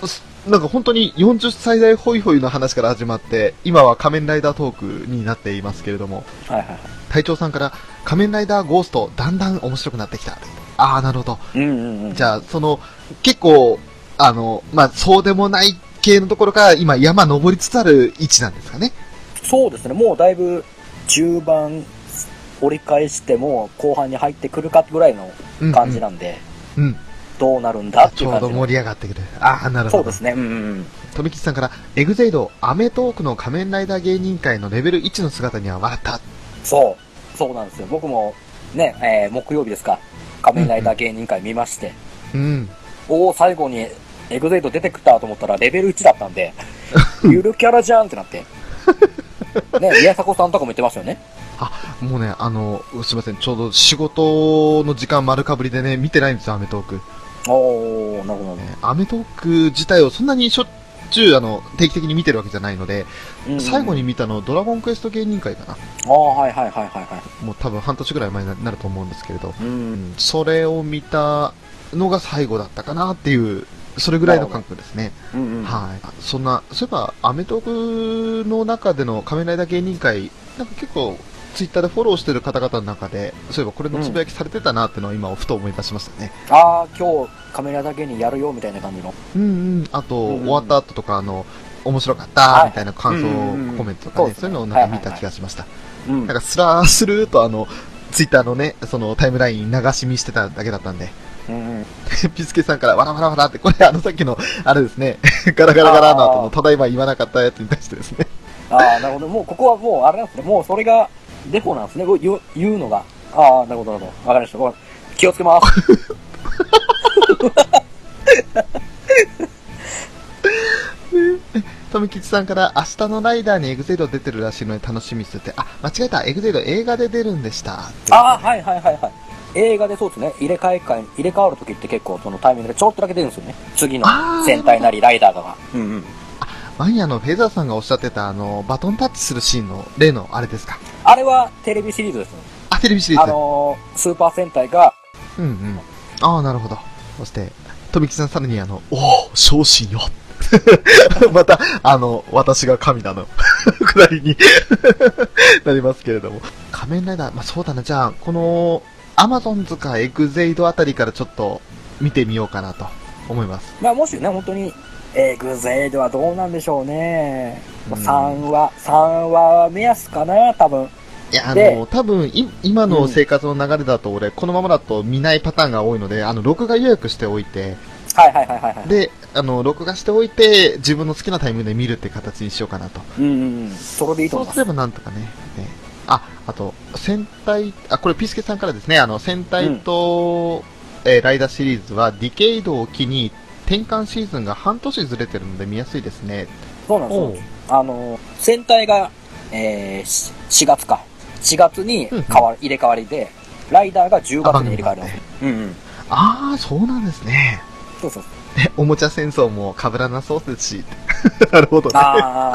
Speaker 1: 日、すなんか本当に40歳代ホイホイの話から始まって、今は仮面ライダートークになっていますけれども、
Speaker 3: はいはいは
Speaker 1: 隊長さんから仮面ライダーゴースト、だんだん面白くなってきた。ああ、なるほど。
Speaker 3: い。うんうんうん。
Speaker 1: じゃあ、その、結構、あの、まあ、そうでもない系のところから、今、山登りつつある位置なんですかね。
Speaker 3: そうですね、もうだいぶ、中盤、折り返しても、後半に入ってくるかぐらいの
Speaker 1: うん、うん
Speaker 3: 感じなんで、
Speaker 1: うん。
Speaker 3: どうなるんだって
Speaker 1: ち
Speaker 3: いう
Speaker 1: ょう
Speaker 3: 感
Speaker 1: ど
Speaker 3: じの
Speaker 1: 盛り上がってくる。ああ、なる
Speaker 3: そ
Speaker 1: ほ
Speaker 3: う
Speaker 1: ど
Speaker 3: で。すね、うんうん
Speaker 1: 富吉さんから、エグゼイド、アメトーークの仮面ライダー芸人会のレベル1の姿には笑った。
Speaker 3: うん。そう。
Speaker 2: そうなんですよ。僕も、ね、えー木曜日ですか、仮面ライダー芸人会見まして、
Speaker 1: うん。
Speaker 2: おお、最後にエグゼイト出てくったと思ったらレベル1だった んで、ゆるキャラじゃんってなって。ね、宮迫さんとかも言ってましたよね。
Speaker 1: もうね、あの、すいません、ちょうど仕事の時間丸かぶりでね、見てないんですよ、アメトーク。
Speaker 2: おー、なるほど
Speaker 1: ねアメトーク自体をそんなにしょっちゅう、あの、定期的に見てるわけじゃないので、
Speaker 2: うんうん
Speaker 1: 最後に見たの、ドラゴンクエスト芸人会かな。
Speaker 2: ああ、はいはいはいはいは
Speaker 1: もう多分半年ぐらい前になると思うんですけれど、
Speaker 2: い。うん。
Speaker 1: それを見たのが最後だったかなっていう、それぐらいの感覚ですね。
Speaker 2: うんうん。
Speaker 1: はい。そんな、そういえば、アメトークの中での仮面ライダー芸人会、なんか結構、ツイッターでフォローしてる方々の中で、そういえばこれのつぶやきされてたなっていうのを今、ふと思い出しましたね。
Speaker 2: ああ、今日、カメラだけにやるよみたいな感じの。
Speaker 1: うんうん。あと、
Speaker 2: うんうん
Speaker 1: 終わった後とか、あの、面白かったみたいな感想、
Speaker 4: はい
Speaker 1: コメントとか
Speaker 2: うんうん
Speaker 1: ね、
Speaker 2: うん
Speaker 1: そういうのを
Speaker 2: そ
Speaker 1: な
Speaker 2: うんで
Speaker 1: か
Speaker 2: す
Speaker 1: 見
Speaker 2: ね
Speaker 1: た気がしました。
Speaker 2: うん
Speaker 1: なん。かスラースルーとあの、ツイッターのね、そのタイムライン流し見してただけだったんで、
Speaker 2: うんうん
Speaker 1: ピスケさんからわらわらわらって、これあのさっきの、あれですね、 ガラガラガラの後
Speaker 2: あ
Speaker 1: の、
Speaker 2: ー
Speaker 1: ただいま言わなかったやつに対してですね。
Speaker 2: ああ、なるほど。もうここはもう、あれなんですね。もうそれが、デフォなんですね。こう言う言うのが。ああ、なるほど、なるほど。わかりました。わかりました気をつけます。
Speaker 1: 富吉さんから、明日のライダーにエグゼイド出てるらしいので楽しみにしてて、あ、間違えた、エグゼイド映画で出るんでした。
Speaker 2: ああ、はいはいはいはい。映画でそうですね、入れ替え会、入れ替わるときって結構そのタイミングでちょっとだけ出るんですよね。次の
Speaker 1: あー
Speaker 2: 戦隊なりライダーが。うんうん。
Speaker 1: マニアのフェザーさんがおっしゃってた、あの、バトンタッチするシーンの、例のあれですか。
Speaker 2: あれはテレビシリーズですね。
Speaker 1: あ、テレビシリー
Speaker 2: あ
Speaker 1: ズ。
Speaker 2: のー、スーパー戦隊が、
Speaker 1: うんうん。ああ、なるほど。そして、富木さんさらにあの、おお、昇進よ。 また、あの、私が神だの、 くだりに なりますけれども。仮面ライダー、まあ、そうだな、じゃあ、この、アマゾンズかエグゼイドあたりからちょっと見てみようかなと思います。
Speaker 2: まあもしね、本当に、エグゼイドはどうなんでしょうね。
Speaker 1: うん
Speaker 2: 3話、3話目安かな、多分。
Speaker 1: いや、あ
Speaker 2: で
Speaker 1: の、多分、い今の生活の流れだと俺、このままだと見ないパターンが多いので、あの、録画予約しておいて、
Speaker 2: はいはいはいはいはい。
Speaker 1: で、あの、録画しておいて、自分の好きなタイミングで見るって形にしようかなと。
Speaker 2: うんうんうん。それでいい
Speaker 1: そ
Speaker 2: と
Speaker 1: う
Speaker 2: 思います
Speaker 1: すれ。ばなんとかね。ねあ、あと、戦隊、あ、これピスケさんからですね、あの、戦隊と、えーライダーシリーズはディケイドを機に転換シーズンが半年ずれてるので見やすいですね。
Speaker 2: そうなんですよ。あの、戦隊が、えー、し4月か。4月に変わ、入れ替わりで、ライダーが10月に入れ替わるんですよ。うんうん。
Speaker 1: あー、そうなんですね。
Speaker 2: そうそう。
Speaker 1: えおもちゃ戦争も被らなそうですし。 なるほどね。
Speaker 2: ああ、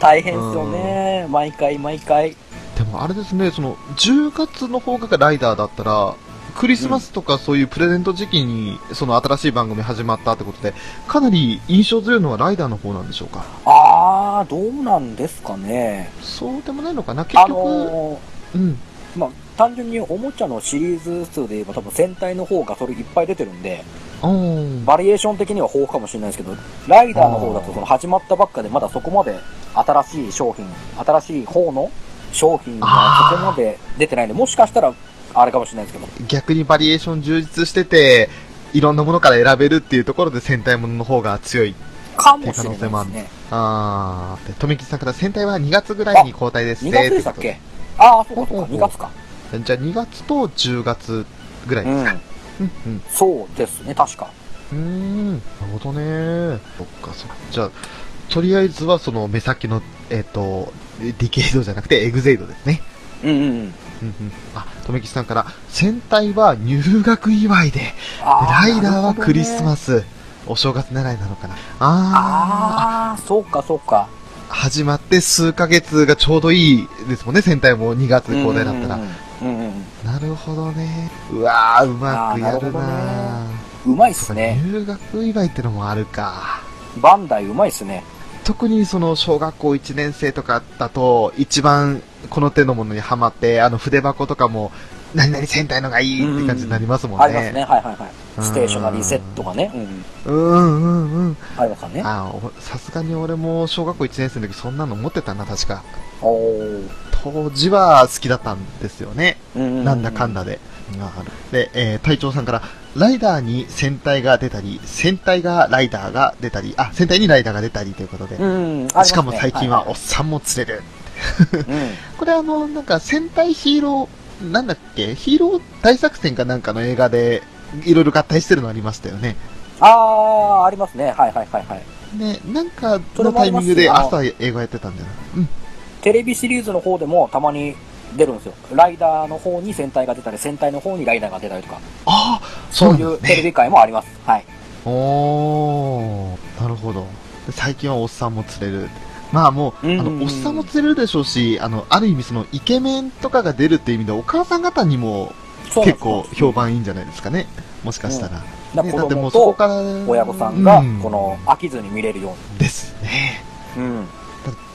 Speaker 2: 大変ですよね。毎回毎回。
Speaker 1: でもあれですね、その、10月の方がライダーだったら、クリスマスとかそういうプレゼント時期に、その新しい番組始まったってことで、かなり印象強いのはライダーの方なんでしょうか
Speaker 2: ああ、どうなんですかね。
Speaker 1: そうでもないのかな結
Speaker 2: あ
Speaker 1: 局、
Speaker 2: の
Speaker 1: う
Speaker 2: ー
Speaker 1: ん。
Speaker 2: まあ、単純におもちゃのシリーズ数で言えば多分戦隊の方がそれいっぱい出てるんで、
Speaker 1: うん。
Speaker 2: バリエーション的には豊富かもしれないですけど、ライダーの方だとその始まったばっかでまだそこまで新しい商品、新しい方の商品がそこまで出てないんで、もしかしたらあれかもしれないですけど、
Speaker 1: 逆にバリエーション充実してて、いろんなものから選べるっていうところで戦隊ものの方が強い。
Speaker 2: かもしれないですね。
Speaker 1: あー。で、富木さんから戦隊は2月ぐらいに交代です
Speaker 2: 2
Speaker 1: ね。
Speaker 2: 月でしたっけああ、そうかそうか、
Speaker 1: ほうほうほう
Speaker 2: 2月か。
Speaker 1: ということでじゃあ2月と10月ぐらい。
Speaker 2: う
Speaker 1: うん
Speaker 2: ん。
Speaker 1: うん。
Speaker 2: そうですね、確か。
Speaker 1: うーん。なるほどね。そっか、そっか。じゃあ、とりあえずはその目先の、えっ、と、ディケイドじゃなくてエグゼイドですね。
Speaker 2: うんうんうん。
Speaker 1: うんうん。あ、富木さんから、戦隊は入学祝いで、
Speaker 2: あ
Speaker 1: ライダーはクリスマ
Speaker 2: ス。
Speaker 1: ス、お正月狙いなのかな。あ
Speaker 2: ああ、そうかそうか。
Speaker 1: ー始まって数ヶ月がちょうどいいですもんね、戦隊も2月交代だったら。
Speaker 2: うんうんうん。
Speaker 1: なるほどね。うわー、うまくやるな
Speaker 2: あうまいっすね。
Speaker 1: 入学祝いってのもあるか。
Speaker 2: バンダイうまいっすね。
Speaker 1: 特にその小学校1年生とかだと、一番この手のものにハマって、あの筆箱とかも、何々戦隊のがいいって感じになりますもんね。
Speaker 2: ありますね。はいはいはい。ステーショナリーセットがね。うんうん。
Speaker 1: うんうんうん。
Speaker 2: ありますからね。
Speaker 1: あおさすがに俺も小学校1年生の時そんなの持ってたな、確か。
Speaker 2: おー
Speaker 1: 当時は好きだったんですよね。
Speaker 2: ううう
Speaker 1: なんだかんだで。なるで、えー隊長さんから、ライダーに戦隊が出たり、戦隊がライダーが出たり、あ、戦隊にライダーが出たりということで
Speaker 2: う。ん、ありますね
Speaker 1: しかも最近はお
Speaker 2: い
Speaker 1: っさんも釣れる。
Speaker 2: う
Speaker 1: これあの、なんか戦隊ヒーロー、なんだっけ、ヒーロー大作戦かなんかの映画で、いろいろ合体してるのありましたよね。
Speaker 2: ああ、ありますね。はいはいはいはい。
Speaker 1: ね、なんか
Speaker 2: それ
Speaker 1: の
Speaker 2: もあ
Speaker 1: タイ
Speaker 2: り
Speaker 1: ミ
Speaker 2: ま
Speaker 1: ン
Speaker 2: す
Speaker 1: グ
Speaker 2: よ
Speaker 1: で朝映画やってたんじゃないうん。
Speaker 2: テレビシリーズの方でもたまに出るんですよ。ライダーの方に戦隊が出たり、戦隊の方にライダーが出たりとか、
Speaker 1: ああ、そ
Speaker 2: そうう
Speaker 1: ないん
Speaker 2: う
Speaker 1: です
Speaker 2: テレ
Speaker 1: ね。
Speaker 2: ビ界もあります。はい。
Speaker 1: おー、なるほど。で最近はおっさんも釣れる。まあもう、
Speaker 2: うん
Speaker 1: あの、おっさんも釣れるでしょうし、あの、ある意味その、イケメンとかが出るっていう意味で、お母さん方にも
Speaker 2: そう
Speaker 1: 結
Speaker 2: なんですよ
Speaker 1: 構評判いいんじゃないですかね。もしかしたら。
Speaker 2: だ
Speaker 1: ね
Speaker 2: か
Speaker 1: だ
Speaker 2: ら
Speaker 1: っ
Speaker 2: 子
Speaker 1: ても
Speaker 2: 供
Speaker 1: うそことから、
Speaker 2: 親御さんが
Speaker 1: うん、
Speaker 2: この、飽きずに見れるよ
Speaker 1: ですね。
Speaker 2: うに。うん。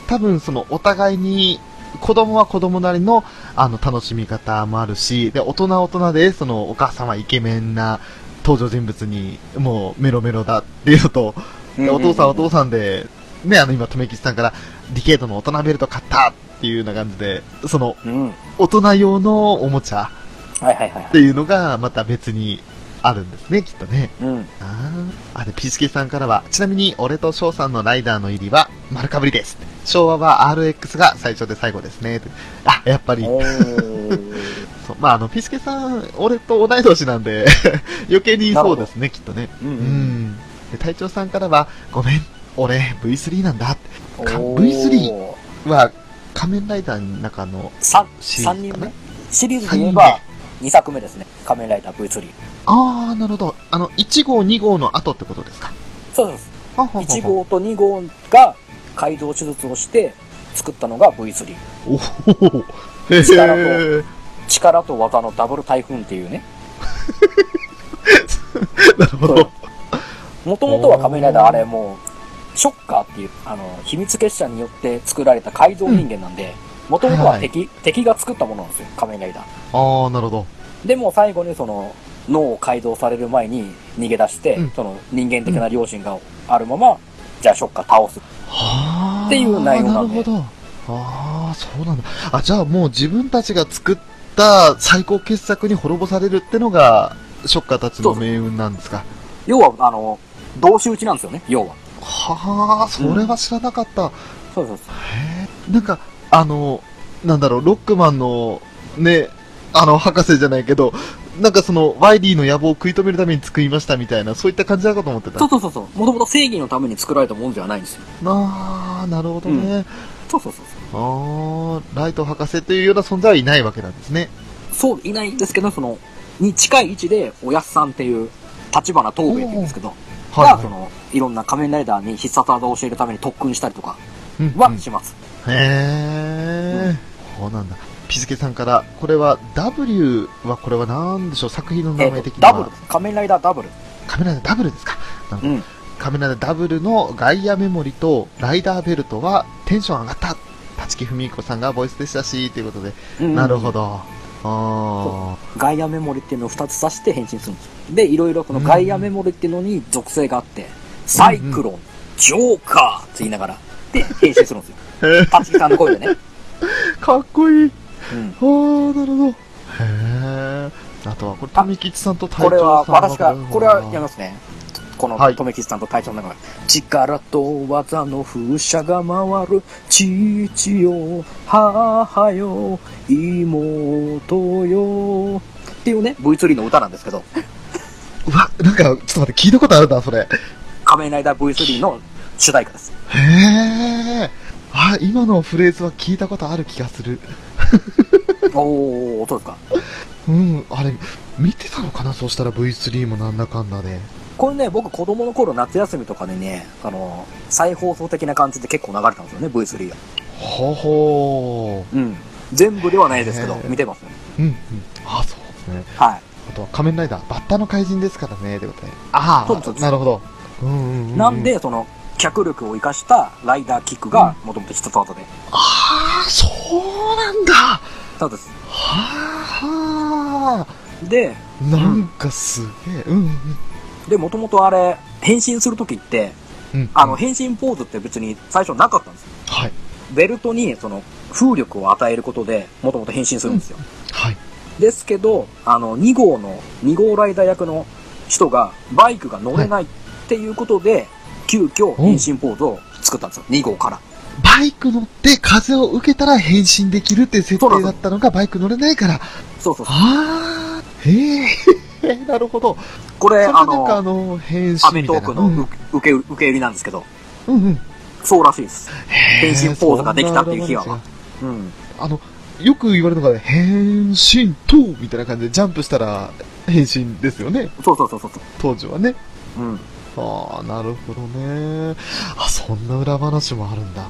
Speaker 1: 多分そのお互いに子供は子供なりのあの楽しみ方もあるし、で、大人は大人で、そのお母さんはイケメンな登場人物にもうメロメロだっていうのと、でお父さんはお父さんで、ね、あの今、とめきちさんからディケートの大人ベルト買ったっていうような感じで、その
Speaker 2: うん。はい
Speaker 1: 大人用のおもちゃ
Speaker 2: はいはいはい
Speaker 1: っ。ていうのがまた別にあるんですね、きっとね。
Speaker 2: うん。
Speaker 1: あーあ、で、ピースケさんからは、ちなみに俺と翔さんのライダーの入りは丸かぶりです。昭和は RX が最初で最後ですね。とあ、やっぱり、
Speaker 2: おー
Speaker 1: そうまあ、あの、ピースケさん、俺と同い年なんで、 余計にそうですね、きっとね。
Speaker 2: う。
Speaker 1: うんん。で、隊長さんからは、ごめん、俺 V3 なんだ。
Speaker 2: お
Speaker 1: か
Speaker 2: ー
Speaker 1: V3 は、仮面ライダーの中の
Speaker 2: 三、
Speaker 1: シリー
Speaker 2: 三
Speaker 1: ズ
Speaker 2: 人
Speaker 1: かな
Speaker 2: 目シリーズで
Speaker 1: 三
Speaker 2: 言え
Speaker 1: 人
Speaker 2: ば
Speaker 1: 目、
Speaker 2: 2作目ですね。仮面ライダー V3。
Speaker 1: あー、なるほど。あの、1号、2号の後ってことですか。
Speaker 2: そうです。
Speaker 1: ははは
Speaker 2: 1。号と2号が改造手術をして作ったのが V3。
Speaker 1: おほほほ。へ
Speaker 2: 力と
Speaker 1: ー。
Speaker 2: 力と技のダブル台風っていうね。
Speaker 1: なるほ
Speaker 2: そ
Speaker 1: ど
Speaker 2: う。もともとは仮面ライダーあれもう、ショッカーっていう、あの、秘密結社によって作られた改造人間なんで、もともと
Speaker 1: は
Speaker 2: はい
Speaker 1: はい
Speaker 2: 敵、敵が作ったものなんですよ、仮面ライダー。
Speaker 1: ああ、なるほど。
Speaker 2: でも最後にその、脳を改造される前に逃げ出して、
Speaker 1: うん
Speaker 2: その人間的な良心があるまま、じゃあショッカー倒す。
Speaker 1: はあ。
Speaker 2: っていう内容なんで
Speaker 1: るほど。ああ、そうなんだ。あ、じゃあもう自分たちが作った最高傑作に滅ぼされるってのが、ショッカーたちの命運なんですか。
Speaker 2: 要は、あの、同士討ちなんですよね、要は。
Speaker 1: はあ、それは知らなかった。
Speaker 2: そうそうそう。
Speaker 1: へえ。なんか、あの、なんだろう、ロックマンの、ね、あの、博士じゃないけど、なんかその、ワイリーの野望を食い止めるために作りましたみたいな、そういった感じだかと思ってた。
Speaker 2: そうそうそうそう。もともと正義のために作られたもんじゃないんですよ。
Speaker 1: ああ、なるほどね。
Speaker 2: そうそうそうそう。
Speaker 1: ああ、ライト博士というような存在はいないわけなんですね。
Speaker 2: そういないんですけど、その、に近い位置で、おやっさんっていう、立花東兵っていうんですけど、
Speaker 1: はい、
Speaker 2: が、その、いろんな仮面ライダーに必殺技を教えるために特訓したりとか
Speaker 1: うんう
Speaker 2: は
Speaker 1: ん
Speaker 2: します。
Speaker 1: へえ、そうなんだ。ピズケさんから、これは W はこれは何でしょう作品の名
Speaker 2: えー
Speaker 1: 前
Speaker 2: と
Speaker 1: 的には、
Speaker 2: ダブル、仮面ライダーダブル。
Speaker 1: カメラでダブルですかなるほど
Speaker 2: うん
Speaker 1: カメラでダブルのガイアメモリとライダーベルトはテンション上がった立木文彦さんがボイスでしたし、ということで。なるほ
Speaker 2: ど。
Speaker 1: ど。あ
Speaker 2: ガイアメモリっていうのを2つ刺して変身するんですよ。で、いろいろこのガイアメモリっていうのに属性があって、サイクロン、ジョーカーって言いながら、で、変身するんですよ。
Speaker 1: あ。へ
Speaker 2: パチキさんの声でね。
Speaker 1: えかっこいい。
Speaker 2: うん。
Speaker 1: ああ、なるほど。へえ。あとは、これ、富吉さんと隊
Speaker 2: これは
Speaker 1: 長、さん
Speaker 2: 私が、これはやり
Speaker 1: や
Speaker 2: ますね。この、
Speaker 1: はい
Speaker 2: とめきちさんと隊長の中で。力と技の風車が回る。父よ、母よ、妹よ。っていうね、V3 の歌なんですけど、
Speaker 1: うわ、なんか、ちょっと待って、聞いたことあるな、それ。
Speaker 2: 仮面ライダー V3 の主題歌です。
Speaker 1: へえ。あ、今のフレーズは聞いたことある気がする。
Speaker 2: おー、そうですか。
Speaker 1: うん、あれ、見てたのかなそうしたら V3 もなんだかんだで。
Speaker 2: これね、僕子供の頃夏休みとかにね、あの、再放送的な感じで結構流れたんですよね、V3 が。
Speaker 1: ほほ
Speaker 2: うん。全部ではないですけど
Speaker 1: へ、ー
Speaker 2: 見てますね。
Speaker 1: ー。うん、うん。あ、そうですね。
Speaker 2: はい。
Speaker 1: あとは仮面ライダー、バッタの怪人ですからね、ってことで。あ
Speaker 2: そうそ
Speaker 1: あ、
Speaker 2: うそう
Speaker 1: なるほど。うんうんう
Speaker 2: なん、で、その、脚力を生かしたライダーキックが、もともと必殺技で。
Speaker 1: ああ、そうなんだは
Speaker 2: そうです。
Speaker 1: あは
Speaker 2: で、
Speaker 1: あ、なんかすげえ、うん、うん、
Speaker 2: で、もともとあれ、変身するときって、
Speaker 1: うん。
Speaker 2: あの、変身ポーズって別に最初なかったんですよ。
Speaker 1: はい、
Speaker 2: ベルトに、その、風力を与えることで、もともと変身するんですよ。
Speaker 1: はい。
Speaker 2: ですけど、あの、2号の、2号ライダー役の人が、バイクが乗れないっていうことで、急遽変身ポーズを作ったんですよ。2号から。
Speaker 1: バイク乗って風を受けたら変身できるっていう設定だったのが、バイク乗れないから、
Speaker 2: そうそうそう。
Speaker 1: あー、へえ、 なるほど。
Speaker 2: これ、
Speaker 1: それでな
Speaker 2: あ
Speaker 1: んかあ
Speaker 2: の、
Speaker 1: の、変身みた
Speaker 2: ア
Speaker 1: いな。
Speaker 2: メトークの受受け受け売りなんですけど、
Speaker 1: うんうんうん。
Speaker 2: そうらしいです。
Speaker 1: 変
Speaker 2: 変身ポーズができたっていう日はうん。
Speaker 1: あの、よく言われるのが、ね、変身とみたいな感じでジャンプしたら変身ですよね、
Speaker 2: そうそうそうそう。
Speaker 1: 当時はね。
Speaker 2: うん。
Speaker 1: ああ、なるほどね。あ、そんな裏話もあるんだ。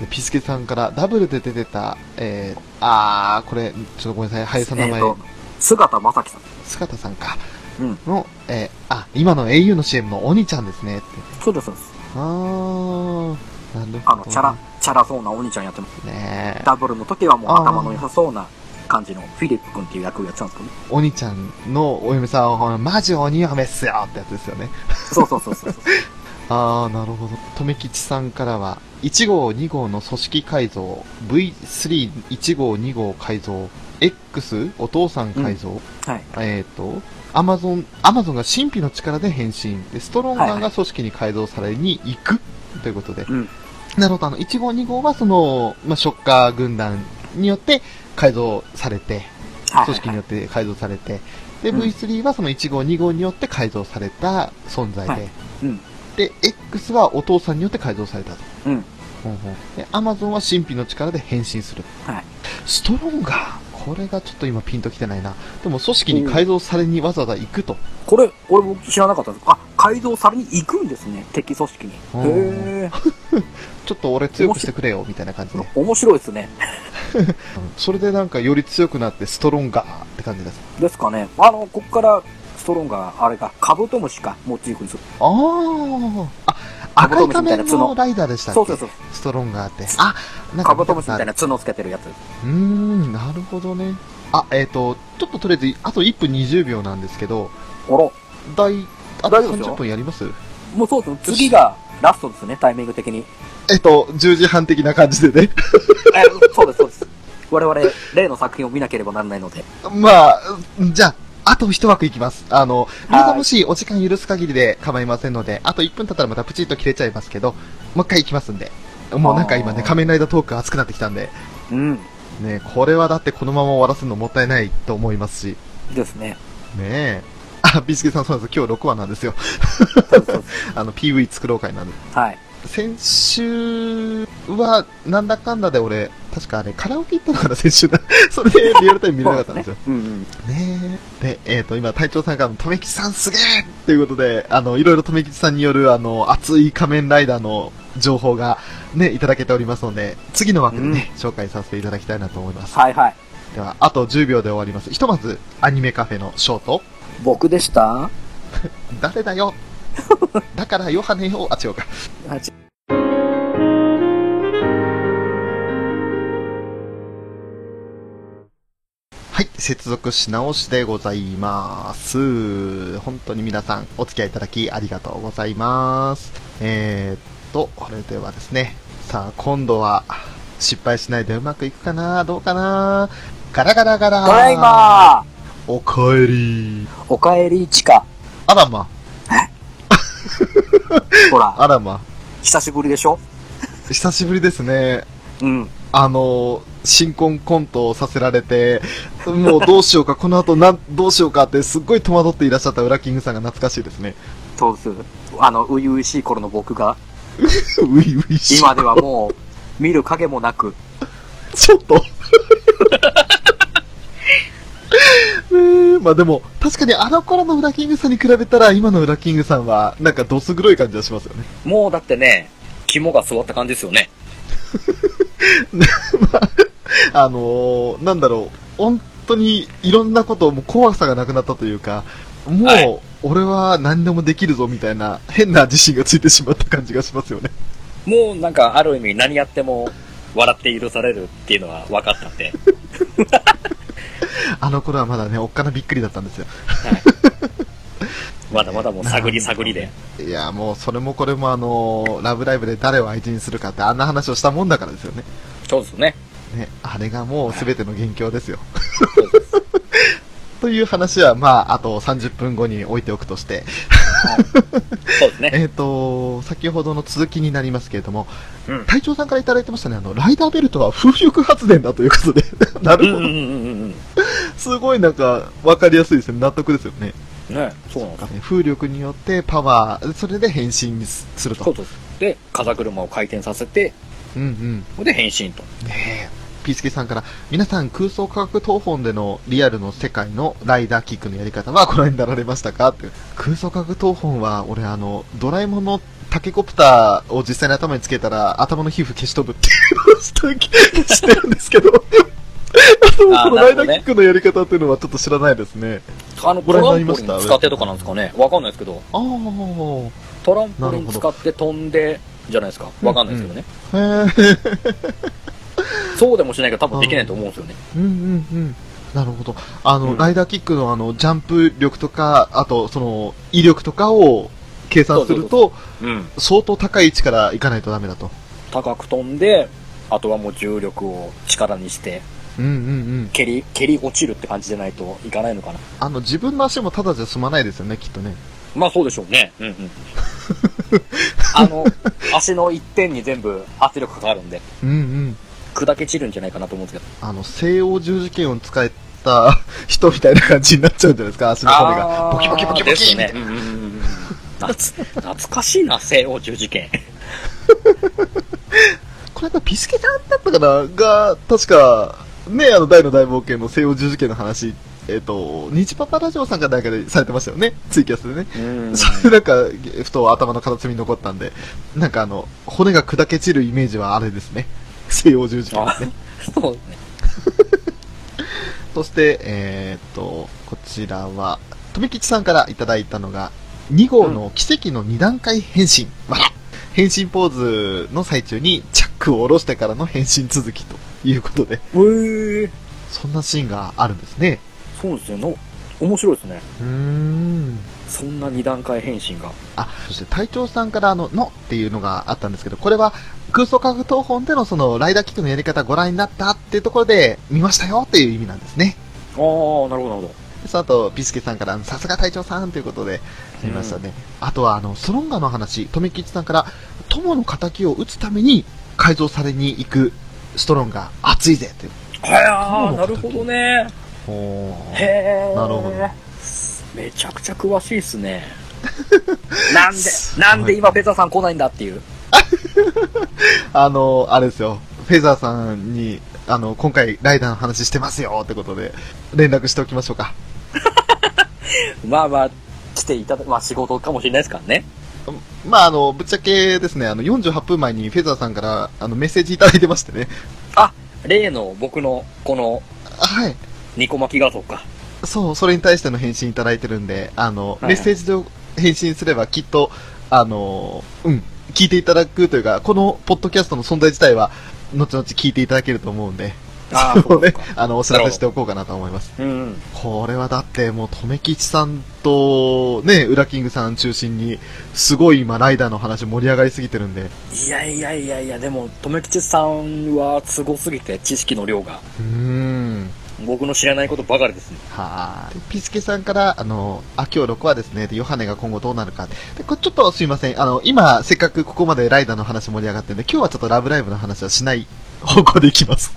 Speaker 1: でピスケさんからダブルで出てた、えー、あー、これ、ちょっとごめんなさい、俳優さんの名前、
Speaker 2: えっと、姿正樹さん。
Speaker 1: 姿さんか。
Speaker 2: うん
Speaker 1: の、えー、あ、今の au の CM の鬼ちゃんですねって。
Speaker 2: そうですそうです。
Speaker 1: あー、なるほど、ね。
Speaker 2: あの、チャラ、チャラそうなお兄ちゃんやってます。
Speaker 1: ねえ。
Speaker 2: ダブルの時はもう頭の良さそうな感じのフィリップ君っていう役をやってたんですけどね。
Speaker 1: お兄ちゃんのお嫁さんは、マジ鬼嫁っすよってやつですよね。
Speaker 2: そうそうそうそうそう。
Speaker 1: あー、なるほど。とめきちさんからは、1号、2号の組織改造、V3、1号、2号改造、X、お父さん改造、
Speaker 2: はい。
Speaker 1: えっ、と、アマゾン、アマゾンが神秘の力で変身。で、ストロンガ
Speaker 2: は
Speaker 1: ン
Speaker 2: いは
Speaker 1: が組織に改造されに行く、ということで。
Speaker 2: うん
Speaker 1: なるほど、あの、1号、2号はその、まあ、ショッカー軍団によって改造されて、
Speaker 2: はい
Speaker 1: 組織に
Speaker 2: はい
Speaker 1: よって改造されて、で、
Speaker 2: うん
Speaker 1: V3 はその1号、2号によって改造された存在で、
Speaker 2: はいうん
Speaker 1: で、X はお父さんによって改造されたと。
Speaker 2: うん
Speaker 1: ほんほんで、アマゾンは神秘の力で変身する。
Speaker 2: はい
Speaker 1: ストロンガーこれがちょっと今ピンときてないな。でも組織に改造されにわざわざ行くと。
Speaker 2: これ、俺も知らなかったんですあ、改造されに行くんですね。敵組織に。
Speaker 1: うん
Speaker 2: へえ。
Speaker 1: ちょっと俺強くしてくれよ、みたいな感じで。
Speaker 2: 面白いですね。
Speaker 1: うんそれでなんかより強くなってストロンガーって感じです。
Speaker 2: ですかね。あの、こっから、ストロンガー、あれか、カブトムシか、モチーフにする。
Speaker 1: あーあ、
Speaker 2: カブ
Speaker 1: 赤
Speaker 2: ト
Speaker 1: い仮
Speaker 2: ムシみたいな
Speaker 1: 面
Speaker 2: 角
Speaker 1: のライダーでしたっけ
Speaker 2: そうそうそう。
Speaker 1: ストロンガーって。あ、なんか
Speaker 2: カ
Speaker 1: 見た
Speaker 2: ブト
Speaker 1: こ
Speaker 2: ムシ
Speaker 1: と
Speaker 2: み
Speaker 1: あ
Speaker 2: た
Speaker 1: る
Speaker 2: いな角つけてるやつ。
Speaker 1: うーん、なるほどね。あ、えっ、と、ちょっととりあえず、あと1分20秒なんですけど、
Speaker 2: おろ。
Speaker 1: 大、あと
Speaker 2: 大丈夫ですよ
Speaker 1: 30分やります
Speaker 2: もうそうですね。次が、ラストですね、タイミング的に。
Speaker 1: えっ、と、10時半的な感じでね。
Speaker 2: えそうです、そうです。我々、例の作品を見なければならないので。
Speaker 1: まあ、じゃあ、あと一枠いきます。あの、皆さ
Speaker 2: は
Speaker 1: ん
Speaker 2: い
Speaker 1: もしお時間許す限りで構いませんので、あと1分経ったらまたプチッと切れちゃいますけど、もう一回いきますんで。もうなんか今ね、
Speaker 2: あー
Speaker 1: 仮面ライダートーク熱くなってきたんで、
Speaker 2: うん。
Speaker 1: ね、これはだってこのまま終わらせるのもったいないと思いますし、
Speaker 2: ですね。
Speaker 1: ねえ。あ、ビスケさんそうなんです。今日6話なんですよ。
Speaker 2: そうですそうで す
Speaker 1: あの、PV 作ろう会なんで。
Speaker 2: はい。
Speaker 1: 先週は、なんだかんだで俺、確かあれ、カラオケ行ったのかな、先週 だ。それでリアルタイム見れなかったんですよ。
Speaker 2: うんうん。
Speaker 1: ねえ。で、えっ、と、今、隊長さんから、とめきちさんすげえということで、あの、いろいろとめきちさんによる、あの、熱い仮面ライダーの情報が、ね、いただけておりますので、次の枠でね、紹介させていただきたいなと思います。
Speaker 2: はいはい。
Speaker 1: では、あと10秒で終わります。ひとまず、アニメカフェのショート、
Speaker 2: 僕でした
Speaker 1: 誰だよだから、ヨハネよ、あ、違うか。はい、接続し直しでございます。本当に皆さんお付き合いいただきありがとうございます。えー、っと、これではですね、さあ今度は失敗しないでうまくいくかなどうかなガラガラガラ
Speaker 2: ただいま
Speaker 1: おかえり
Speaker 2: ーおかえり、チカ。
Speaker 1: あらま、
Speaker 2: ほら、
Speaker 1: あらま。
Speaker 2: 久しぶりでしょ
Speaker 1: 久しぶりですね。
Speaker 2: うん。
Speaker 1: あの、新婚コントをさせられて、もうどうしようか、この後なん、どうしようかってすっごい戸惑っていらっしゃったウラキングさんが懐かしいですね。
Speaker 2: そうです。あの、初々しい頃の僕が、
Speaker 1: ういういしい
Speaker 2: 今ではも う、見る影もなく、
Speaker 1: ちょっと。 ねえまあでも、確かにあの頃のウラキングさんに比べたら、今のウラキングさんは、なんかどす黒い感じがしますよね。
Speaker 2: もうだってね、肝が座った感じですよね。
Speaker 1: あのー、なんだろう、本当にいろんなこと、もう怖さがなくなったというか、もう、
Speaker 2: はい
Speaker 1: 俺は何でもできるぞみたいな、変な自信がついてしまった感じがしますよね。
Speaker 2: もうなんか、ある意味何やっても、笑って許されるっていうのは分かったんで。
Speaker 1: あの頃はまだね、おっかなびっくりだったんですよ。
Speaker 2: まだまだもう探り探り で。
Speaker 1: いや、もうそれもこれもあのーラブライブで誰を相手にするかって、あんな話をしたもんだからですよね。
Speaker 2: そうですね。
Speaker 1: ね、あれがもう全ての元凶ですよ。 という話は、まあ、あと30分後に置いておくとして、
Speaker 2: そうですね。
Speaker 1: えっ、と、先ほどの続きになりますけれども、
Speaker 2: うん
Speaker 1: 隊長さんからいただいてましたね、あの、ライダーベルトは風力発電だということで、 な
Speaker 2: うん
Speaker 1: る
Speaker 2: う
Speaker 1: ほ
Speaker 2: ん
Speaker 1: ど。
Speaker 2: うんうん
Speaker 1: すごいなんか、わかりやすいですね。納得ですよね。
Speaker 2: うん。ね、そうなんです。
Speaker 1: 風力によってパワー、それで変身すする
Speaker 2: そう
Speaker 1: と。
Speaker 2: そうそう。で、風車を回転させて、
Speaker 1: うんうん。
Speaker 2: で、変身と。
Speaker 1: ねえ。ピースケさんから、皆さん空想科学東本でのリアルの世界のライダーキックのやり方はご覧になられましたかって。空想科学東本は、俺あの、ドラえもんのタケコプターを実際に頭につけたら、頭の皮膚消し飛ぶっていうのをしたしてるんですけど、
Speaker 2: あー
Speaker 1: その
Speaker 2: な
Speaker 1: ラ
Speaker 2: る
Speaker 1: イ
Speaker 2: ほ
Speaker 1: ダ
Speaker 2: どね
Speaker 1: ーキックのやり方っていうのはちょっと知らないですね。
Speaker 2: あの、
Speaker 1: ご
Speaker 2: ト
Speaker 1: 覧に
Speaker 2: ラ
Speaker 1: なり
Speaker 2: ン
Speaker 1: ま
Speaker 2: ポ
Speaker 1: し
Speaker 2: リ
Speaker 1: た
Speaker 2: ン使ってとかなんですかね。わかんないですけど、
Speaker 1: ああ、
Speaker 2: トランポリン使って飛んで、じゃないですか。わかんないですけどね。
Speaker 1: へえ。
Speaker 2: そうでもしないけど多分できないと思うんですよね。
Speaker 1: うんうんうん。なるほど。あの、
Speaker 2: うん
Speaker 1: ライダーキックのあの、ジャンプ力とか、あと、その、威力とかを計算すると、
Speaker 2: うん。
Speaker 1: 相当高い位置から行かないとダメだと。
Speaker 2: 高く飛んで、あとはもう重力を力にして、
Speaker 1: うんうんうん。
Speaker 2: 蹴り、蹴り落ちるって感じでないといかないのかな。
Speaker 1: あの、自分の足もただじゃ済まないですよね、きっとね。
Speaker 2: まあそうでしょうね。うんうん。 あの、足の一点に全部圧力かかるんで、
Speaker 1: うんうん。
Speaker 2: 砕け散るんじゃないかなと思うんですけど。
Speaker 1: あの、西欧十字剣を使った人みたいな感じになっちゃうんじゃないですか、足の骨が。ボキボキボキボキ
Speaker 2: ですね。うんうんうんうん懐懐かしいな、西欧十字剣。
Speaker 1: これやっぱピスケさんだったかなが、確か、ね、あの、大の大冒険の西洋十字剣の話、えっ、と、日パパラジオさんかなんかでされてましたよね、ツイキャスでね。
Speaker 2: うん
Speaker 1: それなんか、ふと頭の片隅に残ったんで、なんかあの、骨が砕け散るイメージはあれですね。西洋十字剣ですね。
Speaker 2: そうですね。
Speaker 1: そして、えーっと、こちらは、富吉さんからいただいたのが、2号の奇跡の2段階変身。わら変身ポーズの最中にチャックを下ろしてからの変身続きということで、
Speaker 2: えー、
Speaker 1: そんなシーンがあるんですね。
Speaker 2: そうですね。の面白いですね。
Speaker 1: うーん。
Speaker 2: そんな二段階変身が。
Speaker 1: あ、そして隊長さんからあの、のっていうのがあったんですけど、これは空想科学東本でのそのライダーキックのやり方ご覧になったっていうところで見ましたよっていう意味なんですね。
Speaker 2: ああ、なるほど、なるほど。
Speaker 1: でその後、ピスケさんから、あのさすが隊長さんということで、ありましたね。あとは、あの、スロンガの話、富吉さんから、友の敵を撃つために改造されに行くストロンガ、熱いぜっていう。
Speaker 2: はやー、なるほどね。
Speaker 1: ほ
Speaker 2: へー。
Speaker 1: なるほど、
Speaker 2: めちゃくちゃ詳しいっすね。なんです
Speaker 1: ごい
Speaker 2: なんで今ベザーさん来ないんだっていう。
Speaker 1: あの、あれですよ、フェザーさんに、あの、今回、ライダーの話してますよってことで、連絡しておきましょうか。
Speaker 2: まあまあ、来ていただまあ仕事かもしれないですからね。
Speaker 1: まあ、あの、ぶっちゃけですね、あの、48分前にフェザーさんから、あの、メッセージいただいてましてね。
Speaker 2: 例の僕のこの
Speaker 1: あはい。
Speaker 2: ニコ巻き画像か。
Speaker 1: そう、それに対しての返信いただいてるんで、あの、
Speaker 2: いはい
Speaker 1: メッセージで返信すればきっと、あの、うん、聞いていただくというか、このポッドキャストの存在自体は、後々聞いていただけると思うんで、
Speaker 2: あ ー
Speaker 1: そ
Speaker 2: そう
Speaker 1: うね
Speaker 2: かそう、
Speaker 1: あの、お知らせしておこうかなと思います。
Speaker 2: うん。
Speaker 1: これはだってもう、とめきちさんと、ね、ウラキングさん中心に、すごい今、ライダーの話盛り上がりすぎてるんで、
Speaker 2: いやいやいやいや、でも、とめきちさんはすごすぎて、知識の量が。
Speaker 1: うーん。
Speaker 2: 僕の知らないことばかりですね。
Speaker 1: はい。でピスケさんから、あの、あ、今日6話ですね。で、ヨハネが今後どうなるか。で、これちょっとすいません。あの、今、せっかくここまでライダーの話盛り上がってるんで、今日はちょっとラブライブの話はしない方向でいきます。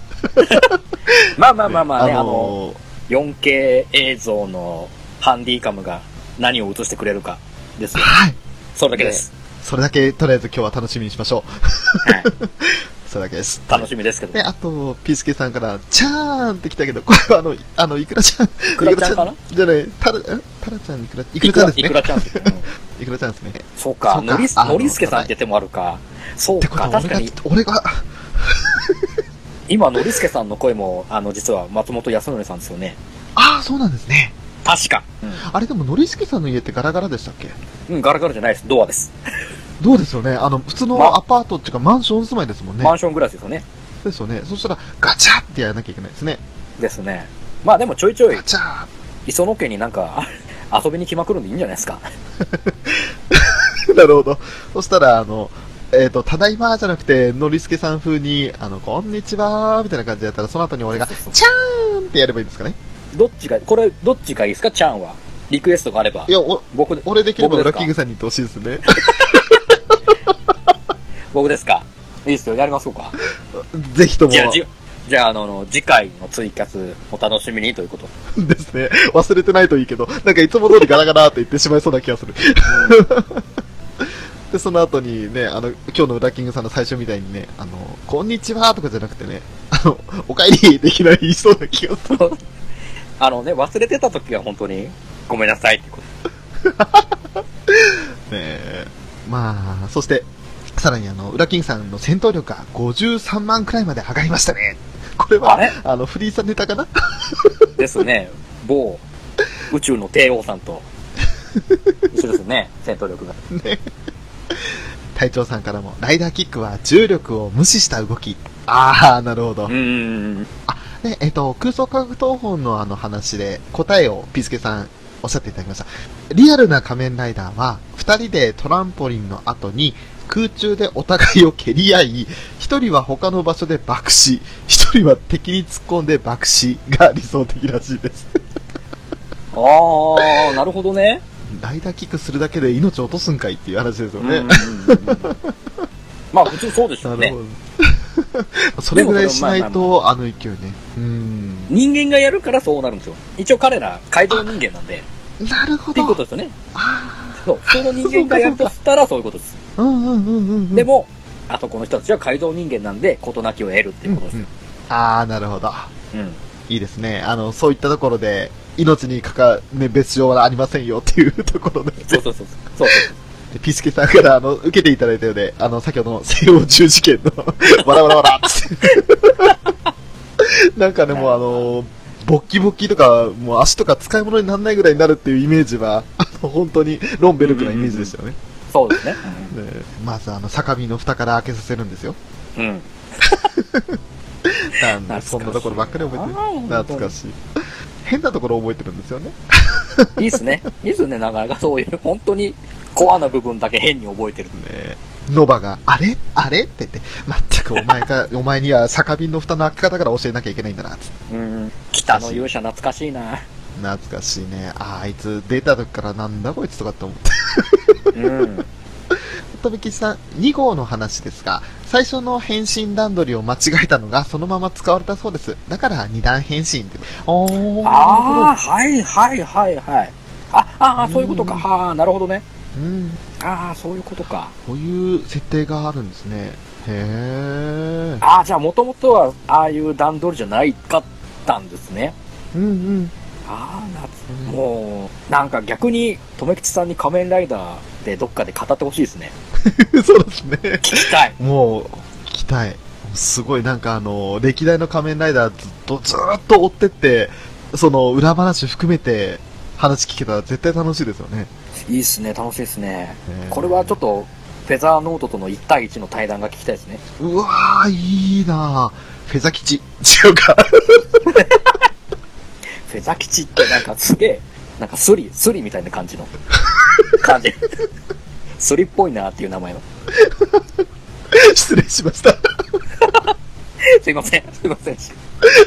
Speaker 2: まあまあまあまあね、あの、
Speaker 1: の
Speaker 2: 4K 映像のハンディカムが何を映してくれるかですよ。
Speaker 1: はい。
Speaker 2: それだけです。
Speaker 1: それだけ、とりあえず今日は楽しみにしましょ
Speaker 2: はい、
Speaker 1: う。それだけです。
Speaker 2: 楽しみですけど
Speaker 1: で、。あと、ピスケさんから、チャーンって来たけど、これはあの、いあの、イクラちゃん。イ
Speaker 2: クラちゃんかな
Speaker 1: じゃない、タラ、んタラちゃん、イクラ、イクラちゃんですね。
Speaker 2: いくらちゃんって。うん
Speaker 1: イクラちゃんですね。っ
Speaker 2: そうか、
Speaker 1: そうか
Speaker 2: のりす
Speaker 1: あの
Speaker 2: のりすけさんって手もあるか。そう
Speaker 1: てこと
Speaker 2: か、
Speaker 1: は、俺
Speaker 2: 確か
Speaker 1: が
Speaker 2: に、、
Speaker 1: 俺が、
Speaker 2: 今、のりすけさんの声も、あの、実は松本康則さんですよね。
Speaker 1: ああ、そうなんですね。
Speaker 2: 確か。
Speaker 1: あれでも、ノリスケさんの家ってガラガラでしたっけ
Speaker 2: うん、うん、ガラガラじゃないです。ドアです。
Speaker 1: どうですよね。あの、普通の
Speaker 2: ま
Speaker 1: アパートっていうかマンション住まいですもんね
Speaker 2: マ。ンション暮らしですよね。
Speaker 1: ですよね。そしたら、ガチャってやらなきゃいけないですね。
Speaker 2: ですね。まあでもちょいちょい
Speaker 1: ガ、チャ
Speaker 2: 磯野家になんか、 あ遊びに来まくるんでいいんじゃないですか。
Speaker 1: ー なるほど。そしたら、あの、えっ、と、ただいまじゃなくて、ノリスケさん風に、あの、こんにちはみたいな感じでやったら、その後に俺が、チャーンってやればいいんですかね。
Speaker 2: どっちが、これ、どっちがいいですかチャンは。リクエストがあれば
Speaker 1: い。や、お、
Speaker 2: 僕で、
Speaker 1: 俺できれば
Speaker 2: 僕で
Speaker 1: 裏
Speaker 2: すか
Speaker 1: キングさんに言ってほしいですね。
Speaker 2: 僕ですかいいですよ、やりましょうか。
Speaker 1: ぜひとも。
Speaker 2: じゃあ、じじゃあ、あの、次回の追加数お楽しみにということ。
Speaker 1: ですね。忘れてないといいけど、なんかいつも通りガラガラって言ってしまいそうな気がする。 で、その後にね、あの、今日の裏キングさんの最初みたいにね、あの、こんにちはとかじゃなくてね、あの、お帰りできない言いそうな気がする。
Speaker 2: あのね、忘れてた時は本当に、ごめんなさいってこと。
Speaker 1: ねえまあ、そして、さらにあの、裏キングさんの戦闘力が53万くらいまで上がりましたね。これは、
Speaker 2: あれ
Speaker 1: あの、フリーさんネタかな
Speaker 2: ですね、某宇宙の帝王さんと一緒ですね、戦闘力が。
Speaker 1: 隊長さんからも、ライダーキックは重力を無視した動き。ああ、なるほど
Speaker 2: う。ーん。
Speaker 1: ね、えっと、空想科学闘本のあの話で答えをピスケさんおっしゃっていただきました。リアルな仮面ライダーは、二人でトランポリンの後に空中でお互いを蹴り合い、一人は他の場所で爆死、一人は敵に突っ込んで爆死が理想的らしいです。
Speaker 2: ああ、なるほどね。
Speaker 1: ライダーキックするだけで命を落とすんかいっていう話ですよ
Speaker 2: うんうんう
Speaker 1: ね
Speaker 2: んうん。まあ普通そうでしょう
Speaker 1: なるほ。
Speaker 2: ね
Speaker 1: ど。 それぐらいしないと、あの勢いね。うん。
Speaker 2: 人間がやるからそうなるんですよ。一応彼ら、街道人間なんで、
Speaker 1: なるほ
Speaker 2: っていうこと
Speaker 1: ど。
Speaker 2: ですよね。
Speaker 1: あ
Speaker 2: そう、普通の人間がやるとしたらそういうことです。
Speaker 1: ーうんうんうんうんうん。
Speaker 2: でも、あそこの人たちは街道人間なんで、事なきを得るっていうことですよ。
Speaker 1: ああ、なるほど。
Speaker 2: うん。
Speaker 1: いいですね。あの、そういったところで、命にかか、ね、別状はありませんよっていうところで、
Speaker 2: そうそうそう。そうそう
Speaker 1: でピスケさんから、あの、受けていただいたようで、あの、先ほどの西洋十事件の、 わらわらわらって。 なんかね、もうあの、ボッキボキとか、もう足とか使い物にならないぐらいになるっていうイメージは、あの、本当にロンベルクなイメージでしたよね。
Speaker 2: そうですね。
Speaker 1: ねまず、あの、酒瓶の蓋から開けさせるんですよ。
Speaker 2: うんうん。
Speaker 1: なん
Speaker 2: 懐か
Speaker 1: で、
Speaker 2: しい
Speaker 1: そんなところばっかり覚えてる
Speaker 2: あー。
Speaker 1: 懐かしい。変なところ覚えてるんですよね。
Speaker 2: いいっすね。いいっすね、なかなかそういう、本当にコアな部分だけ変に覚えてる。
Speaker 1: ねノバが、あれあれって言って、まったくお前か、お前には酒瓶の蓋の開け方から教えなきゃいけないんだな、つって
Speaker 2: うん。北の勇者懐かしいな。
Speaker 1: 懐かしいね。ああいつ出た時からなんだこいつとかって思って。
Speaker 2: うん。
Speaker 1: とびきちさん、2号の話ですが、最初の変身段取りを間違えたのがそのまま使われたそうです。だから二段変身って。おー。
Speaker 2: ああ、はいはいはいはい。あ、ああ、そういうことか。
Speaker 1: うん
Speaker 2: はあ、なるほどね。
Speaker 1: うん。
Speaker 2: ああ、そういうことか。
Speaker 1: こういう設定があるんですね。へえ。
Speaker 2: ああ、じゃあもともとは、ああいう段取りじゃないかったんですね。
Speaker 1: うんうん。
Speaker 2: ああ、夏、
Speaker 1: うん
Speaker 2: もう、なんか逆に、とめきちさんに仮面ライダーでどっかで語ってほしいですね。
Speaker 1: そうですね。
Speaker 2: 聞きたい。
Speaker 1: もう、聞きたい。すごい、なんかあの、歴代の仮面ライダーずっと、ずーっと追ってって、その、裏話含めて、話聞けたら絶対楽しいですよね。
Speaker 2: いいっすね、楽しいですね。
Speaker 1: ね
Speaker 2: これはちょっと、フェザーノートとの1対1の対談が聞きたいですね。
Speaker 1: うわー、いいなぁ。フェザ吉。違うか。
Speaker 2: フェザ吉ってなんかすげえ、 なんかスリ、スリみたいな感じの、感じ。 スリっぽいなっていう名前の。
Speaker 1: 失礼しました。
Speaker 2: すいません、すいません。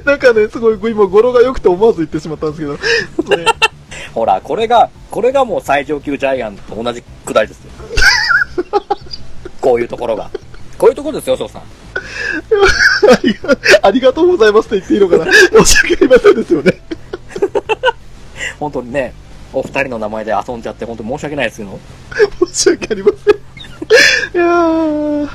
Speaker 1: なんかね、すごい、今、語呂が良くて思わず言ってしまったんですけど。ね
Speaker 2: ほら、これが、これがもう最上級ジャイアンと同じくだりですよ。 こういうところが。こういうところですよ、翔さん。
Speaker 1: ありがありがとうございますって言っていいのかな。申し訳ありませんですよね。
Speaker 2: 本当にね、お二人の名前で遊んじゃって、本当に申し訳ないですけど。
Speaker 1: 申し訳ありません。いやー。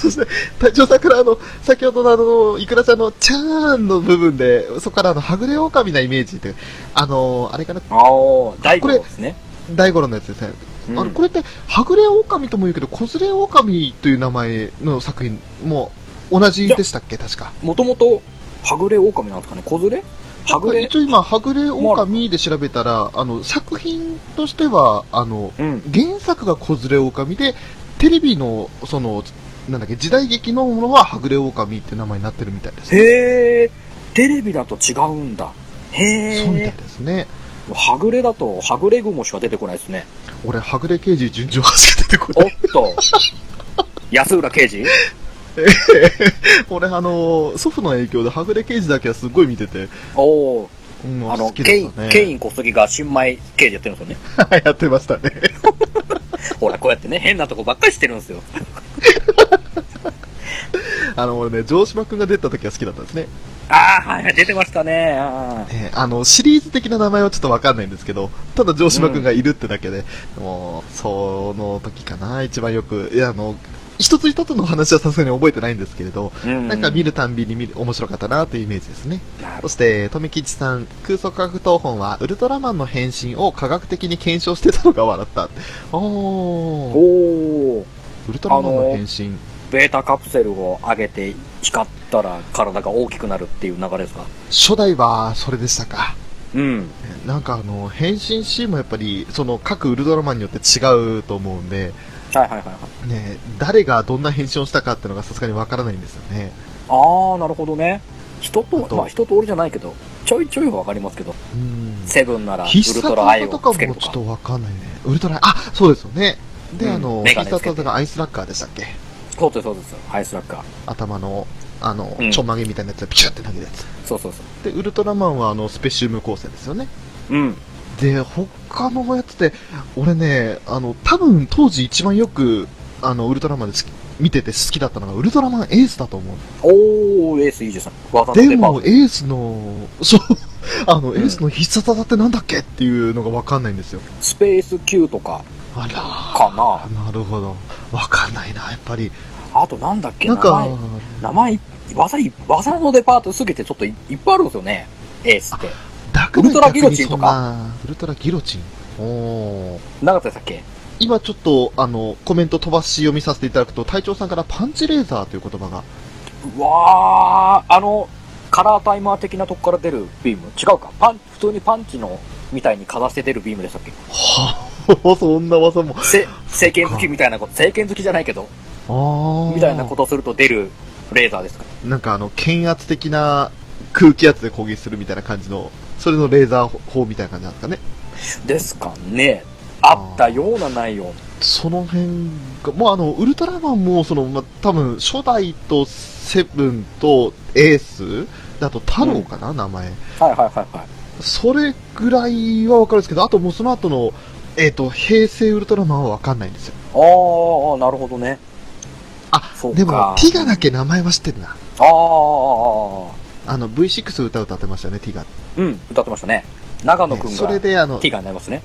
Speaker 1: そして、隊長さんからあの、先ほどのあの、イクラちゃんのチャーンの部分で、そこからあの、はぐれ狼なイメージって、あの、あれかな、
Speaker 2: ああ、大
Speaker 1: こ
Speaker 2: 五
Speaker 1: れ
Speaker 2: 郎ですね。
Speaker 1: 大五郎のやつですね。
Speaker 2: うん
Speaker 1: あの、これって、はぐれ狼とも言うけど、子連れ狼という名前の作品も、同じでしたっけ確か。
Speaker 2: もともと、はぐれ狼なんですかね子連れはぐれ
Speaker 1: 一応今、はぐれ狼で調べたら、あの、作品としては、あの、
Speaker 2: うん。
Speaker 1: 原作が子連れ狼で、テレビの、その、なんだっけ、時代劇のものははぐれ狼って名前になってるみたいです。
Speaker 2: へえ、テレビだと違うんだ。へ
Speaker 1: そうみたい
Speaker 2: え、
Speaker 1: ですね。
Speaker 2: はぐれだと、はぐれ雲しか出てこないですね。
Speaker 1: 俺、はぐれ刑事順調派しか出てこ
Speaker 2: お
Speaker 1: な
Speaker 2: っ
Speaker 1: い。
Speaker 2: と、安浦刑事
Speaker 1: 俺、あの、祖父の影響ではぐれ刑事だけはすごい見てて、
Speaker 2: おお、
Speaker 1: うん、
Speaker 2: あの、
Speaker 1: 好き
Speaker 2: ケ
Speaker 1: で
Speaker 2: イ
Speaker 1: し
Speaker 2: ン
Speaker 1: たね、
Speaker 2: ケイン小杉が新米刑事やってるんですよね。
Speaker 1: やってましたね。
Speaker 2: ほら、こうやってね、変なとこばっかりしてるんですよ。
Speaker 1: あの、俺ね、城島くんが出た時は好きだったんですね。
Speaker 2: ああ、はいはい、出てましたね。あー
Speaker 1: ねあの、シリーズ的な名前はちょっとわかんないんですけど、ただ城島くんがいるってだけで、もう、その時かな、一番よく、いや、あの、一つ一つのお話はさすがに覚えてないんですけれど、
Speaker 2: うん
Speaker 1: なんか見るたんびに見る面白かったなというイメージですね。そして、富吉さん、空想科学東本は、ウルトラマンの変身を科学的に検証してたのが笑った。おー、
Speaker 2: おー、
Speaker 1: ウルトラマンの変身。
Speaker 2: ベータカプセルを上げて光ったら体が大きくなるっていう流れですか
Speaker 1: 初代は、それでしたか。
Speaker 2: うん。
Speaker 1: なんかあの、変身シーンもやっぱり、その各ウルトラマンによって違うと思うんで、
Speaker 2: はいはいはいはい。
Speaker 1: ね、誰がどんな変身をしたかっていうのがさすがにわからないんですよね。
Speaker 2: ああ、なるほどね。一
Speaker 1: あ
Speaker 2: と、
Speaker 1: と
Speaker 2: まあ一通りじゃないけど、ちょいちょいはわかりますけど、
Speaker 1: うん。
Speaker 2: セブンならウ
Speaker 1: 必
Speaker 2: ル
Speaker 1: 殺
Speaker 2: トラアイ
Speaker 1: 技
Speaker 2: を
Speaker 1: とか
Speaker 2: つける
Speaker 1: も
Speaker 2: と
Speaker 1: ちょ
Speaker 2: か
Speaker 1: っ。とわかんないね。ウルトラ、あ、そうですよね。で、
Speaker 2: うん
Speaker 1: あの、
Speaker 2: メ
Speaker 1: 必
Speaker 2: ガネつけて
Speaker 1: 殺技がアイスラッカーでしたっけ
Speaker 2: そうですそうです。アイスラッカー。
Speaker 1: 頭の、あの
Speaker 2: う、ん
Speaker 1: ちょんまげみたいなやつでピシュって投げるやつ。
Speaker 2: そうそう
Speaker 1: で、
Speaker 2: そ
Speaker 1: ウルトラマンはあの、スペシウム光線ですよね。
Speaker 2: う。うん。
Speaker 1: で、他のやつで、俺ね、あの、多分当時一番よく、あの、ウルトラマンで好き見てて好きだったのが、ウルトラマンエースだと思う。
Speaker 2: おー、エースいいですね。技の
Speaker 1: で
Speaker 2: 出番
Speaker 1: も、。エースの、そう、 あの、
Speaker 2: ん
Speaker 1: エースの必殺技ってなんだっけっていうのがわかんないんですよ。
Speaker 2: スペース Q とか
Speaker 1: あ
Speaker 2: か
Speaker 1: ら
Speaker 2: な。
Speaker 1: なるほど。わかんないな、やっぱり。
Speaker 2: あとなんだっけ
Speaker 1: なんか、
Speaker 2: 名前、名前、技い、技のデパートすぎてちょっといいっぱいあるんですよね。エースって。
Speaker 1: だから
Speaker 2: ウルトラギロチンと
Speaker 1: 逆にそ
Speaker 2: か
Speaker 1: んな。ウルトラギロチン。おー
Speaker 2: なかったでしたっけ
Speaker 1: 今ちょっと、あの、コメント飛ばし読みさせていただくと、隊長さんからパンチレーザーという言葉が。
Speaker 2: うわー、あの、カラータイマー的なとこから出るビーム。違うか。パン、普通にパンチの、みたいにかざして出るビームでしたっけ
Speaker 1: はぁ、そんな技も。
Speaker 2: せ、聖剣好きみたいなこと、聖剣好きじゃないけど、
Speaker 1: あー
Speaker 2: みたいなことすると出るレーザーですか。
Speaker 1: なんかあの、剣圧的な空気圧で攻撃するみたいな感じの、それのレーザー砲みたいな感じなんですかね。
Speaker 2: ですかね。あったようなないような。
Speaker 1: その辺が、もうあの、ウルトラマンも、その、ま、多分、初代とセブンとエース、であと太郎かな、名前。
Speaker 2: はいはいはいはい。
Speaker 1: それぐらいはわかるんですけど、あともうその後の、えっ、と、平成ウルトラマンはわかんないんですよ。
Speaker 2: あー、なるほどね。
Speaker 1: あ、
Speaker 2: そうか
Speaker 1: でも、ティガだけ名前は知ってるな。
Speaker 2: あー、
Speaker 1: あの、V6 歌歌ってましたよね、ティガ。
Speaker 2: うん、歌ってましたね。長野くん
Speaker 1: そ
Speaker 2: が、
Speaker 1: れ
Speaker 2: テ
Speaker 1: で、あの、
Speaker 2: ィガーになりますね。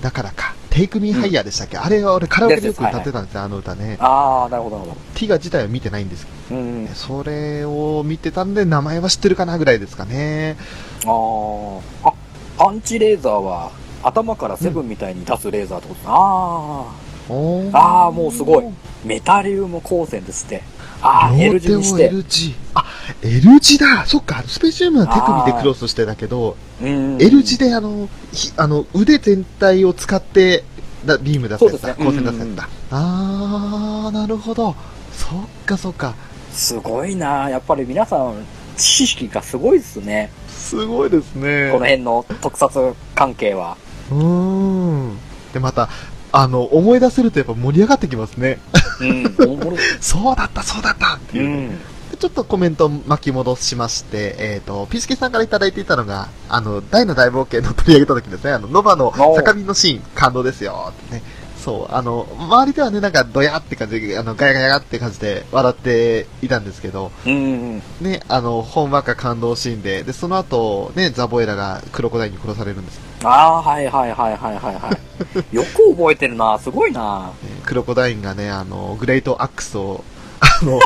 Speaker 1: だからか、テイクミーハイヤーでしたっけ、あれは俺カラオケでよく歌ってたんですよ、あの歌ね。
Speaker 2: あー、なるほどなるほ
Speaker 1: ティガ自体は見てないんですけど
Speaker 2: ど。うん。あ
Speaker 1: ね、それを見てたんで、名前は知ってるかなぐらいですかね。
Speaker 2: ー、あ、パンチレーザーは、頭からセブンみたいに出すレーザーってことだ、あ
Speaker 1: お
Speaker 2: ー、あー、もうすごい。メタリウム光線ですって。あー、
Speaker 1: 両手
Speaker 2: L 字
Speaker 1: を
Speaker 2: にして。
Speaker 1: L 字。あ、L 字だそっか、スペシウムは手首でクロスしてだけど、
Speaker 2: うん。
Speaker 1: L 字であの、ひあの、腕全体を使って、だビーム出すやつ
Speaker 2: そうで
Speaker 1: だ、
Speaker 2: すね
Speaker 1: 光線出すやつだ。あー、なるほど。そっかそっか。
Speaker 2: すごいなやっぱり皆さん、知識がすごいですね。
Speaker 1: すごいですね。
Speaker 2: この辺の特撮関係は。
Speaker 1: うーん。で、また、あの、思い出せるとやっぱ盛り上がってきますね。
Speaker 2: うん、 おもろい。
Speaker 1: そうだった、そうだったって
Speaker 2: う
Speaker 1: いうね、
Speaker 2: ん。
Speaker 1: でちょっとコメント巻き戻しまして、えっ、と、ピースケさんからいただいていたのが、あの、大の大冒険の取り上げた時ですね、あの、ノバの
Speaker 2: お
Speaker 1: 坂見のシーン、感動ですよ、ってね。そう、あの、周りではね、なんか、ドヤって感じで、あの、ガヤガヤガヤって感じで笑っていたんですけど、
Speaker 2: うん。
Speaker 1: ね、あの、ほんわか感動シーンで、で、その後、ね、ザボエラがクロコダイルに殺されるんです
Speaker 2: ああ、はいはいはいはいはい はい。よく覚えてるなすごいな
Speaker 1: ねクロコダインがね、あの、グレートアックスを、 あの、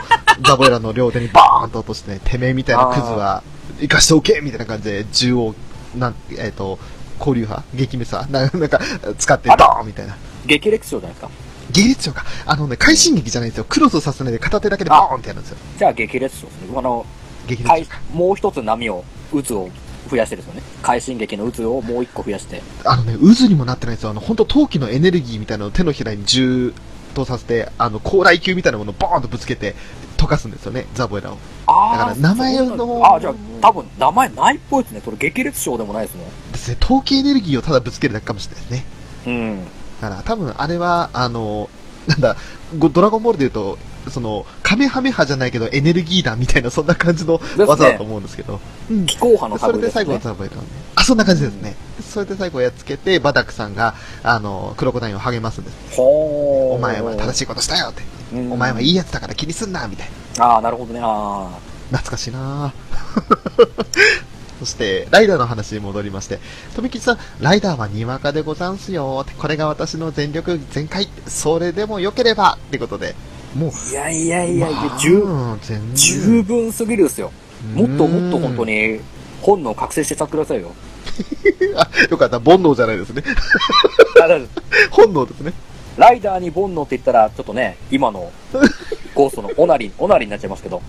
Speaker 1: ザボエラの両手にバーンと落としてね、てめえみたいなクズは、生かしておけみたいな感じで、銃を、なん、えっ、と、交流派撃滅派な なんか、使って、ドーンみたいな。
Speaker 2: 激烈賞じゃないですか。
Speaker 1: 激烈長か。あのね、快進撃じゃないんですよ。クロスさせないで片手だけでバーンってやるんですよ。
Speaker 2: じゃあ激烈賞ですね。あの、
Speaker 1: 激
Speaker 2: か
Speaker 1: 烈
Speaker 2: い
Speaker 1: 長か。
Speaker 2: もう一つ波を、渦を増やしてですよね。快進撃の渦をもう一個増やして。
Speaker 1: あのね、渦にもなってないんですよ。あの、本当陶器のエネルギーみたいなのを手のひらに銃とさせて、あの、高麗球みたいなものをボーンとぶつけて、溶かすんですよね、ザボエラを。
Speaker 2: あ
Speaker 1: だから名前の
Speaker 2: そうなんだあーじゃあ多分名前ないっぽいですね。それ激烈賞でもないですね。
Speaker 1: ですね、陶器エネルギーをただぶつけるだけかもしれないですね。
Speaker 2: うん。
Speaker 1: だから多分あれは、あの、なんだ、ごドラゴンボールで言うと、その、カメハメハじゃないけど、エネルギー弾みたいな、そんな感じの
Speaker 2: ね
Speaker 1: 技だと思うんですけど。うん
Speaker 2: 気候派の
Speaker 1: それ
Speaker 2: 類
Speaker 1: で
Speaker 2: です
Speaker 1: 最後
Speaker 2: ね
Speaker 1: の。サブウェイかね。あ、そんな感じですね。それで最後やっつけて、バダクさんが、あの、クロコダインを励ますんです。
Speaker 2: ほー
Speaker 1: お前は正しいことしたよって。
Speaker 2: うん
Speaker 1: お前はいいやつだから気にすんな、みたいな。
Speaker 2: ああ、なるほどね。ああ。
Speaker 1: 懐かしいな ぁそして、ライダーの話に戻りまして、富吉さん、ライダーはにわかでござんすよって、これが私の全力全開って、それでも良ければってことで、もう、
Speaker 2: いやいやいやい
Speaker 1: ま
Speaker 2: や、
Speaker 1: あ
Speaker 2: 十、
Speaker 1: 全
Speaker 2: 十分すぎるですよ。もっともっと本当
Speaker 1: に。
Speaker 2: に、本能覚醒してちゃってくださいよ。
Speaker 1: あ、よかった、煩悩じゃないですね。
Speaker 2: あだ
Speaker 1: 本能ですね。
Speaker 2: ライダーに煩悩って言ったら、ちょっとね、今の、ゴーストのオナリン、オナリンになっちゃいますけど、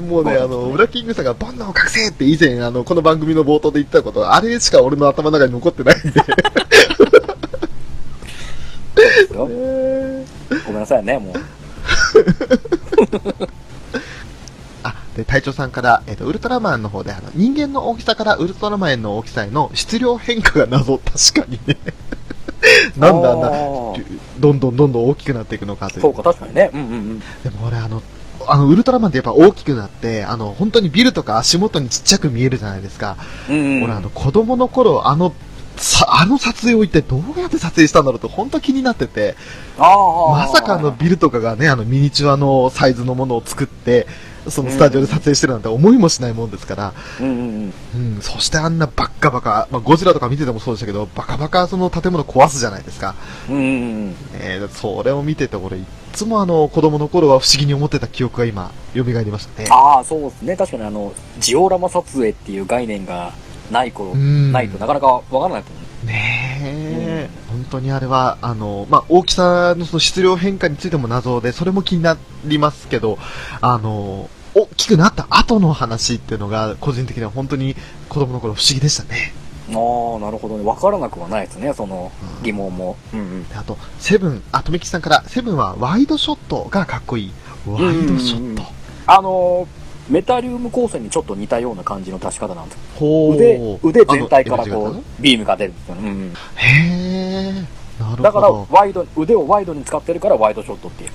Speaker 1: もうね、
Speaker 2: そうですね
Speaker 1: あの、ウラキングさんが煩悩を隠せって以前、あの、この番組の冒頭で言ったこと、あれしか俺の頭の中に残ってないんで。
Speaker 2: ですよごめんなさいね、もう。
Speaker 1: あ、で、隊長さんから、えっ、と、ウルトラマンの方で、あの、人間の大きさからウルトラマンの大きさへの質量変化が謎、確かに ね。なんだあんな、
Speaker 2: あー
Speaker 1: どんどんどんどん大きくなっていくのかという。
Speaker 2: そうか、確かにね。うんうんうん。
Speaker 1: でも俺、あの、あの、ウルトラマンってやっぱ大きくなって、あの、本当にビルとか足元にちっちゃく見えるじゃないですか。
Speaker 2: うん、う
Speaker 1: 俺、あ
Speaker 2: ん。
Speaker 1: の、子供の頃、あの、さあの撮影を一体どうやって撮影したんだろうと本当気になってて、
Speaker 2: あ
Speaker 1: まさかあのビルとかがね、あのミニチュアのサイズのものを作って、そのスタジオで撮影してるなんて思いもしないもんですから、
Speaker 2: うんうんうん。
Speaker 1: うん、そしてあんなバッカバカ、まあ、ゴジラとか見ててもそうでしたけど、バカバカその建物壊すじゃないですか。
Speaker 2: うんうんうん。
Speaker 1: えー、それを見てて俺、いつもあの、子供の頃は不思議に思ってた記憶が今、蘇りましたね。
Speaker 2: ああ、そうですね。確かにあの、ジオラマ撮影っていう概念がない頃、
Speaker 1: うん
Speaker 2: ないとなかなかわからないと思う。
Speaker 1: ねえ、本当にあれは、あの、まあ、大きさのその質量変化についても謎で、それも気になりますけど、あの、大きくなった後の話っていうのが、個人的には本当に子供の頃不思議でしたね。
Speaker 2: ああ、なるほどね。わからなくはないですね、その
Speaker 1: うん
Speaker 2: 疑問も。うんうん。
Speaker 1: であと、セブン、あ、とめきさんから、セブンはワイドショットがかっこいい。ワイドショ
Speaker 2: うん
Speaker 1: ッ
Speaker 2: うんうん
Speaker 1: ト。
Speaker 2: あのーメタリウム光線にちょっと似たような感じの出し方なんです
Speaker 1: ほ
Speaker 2: 腕、腕全体から
Speaker 1: あの M 字
Speaker 2: こう、ビームが出るっていうのうんうん
Speaker 1: 型へえ、なるほど。
Speaker 2: だから、ワイド、腕をワイドに使ってるから、ワイドショットっていう。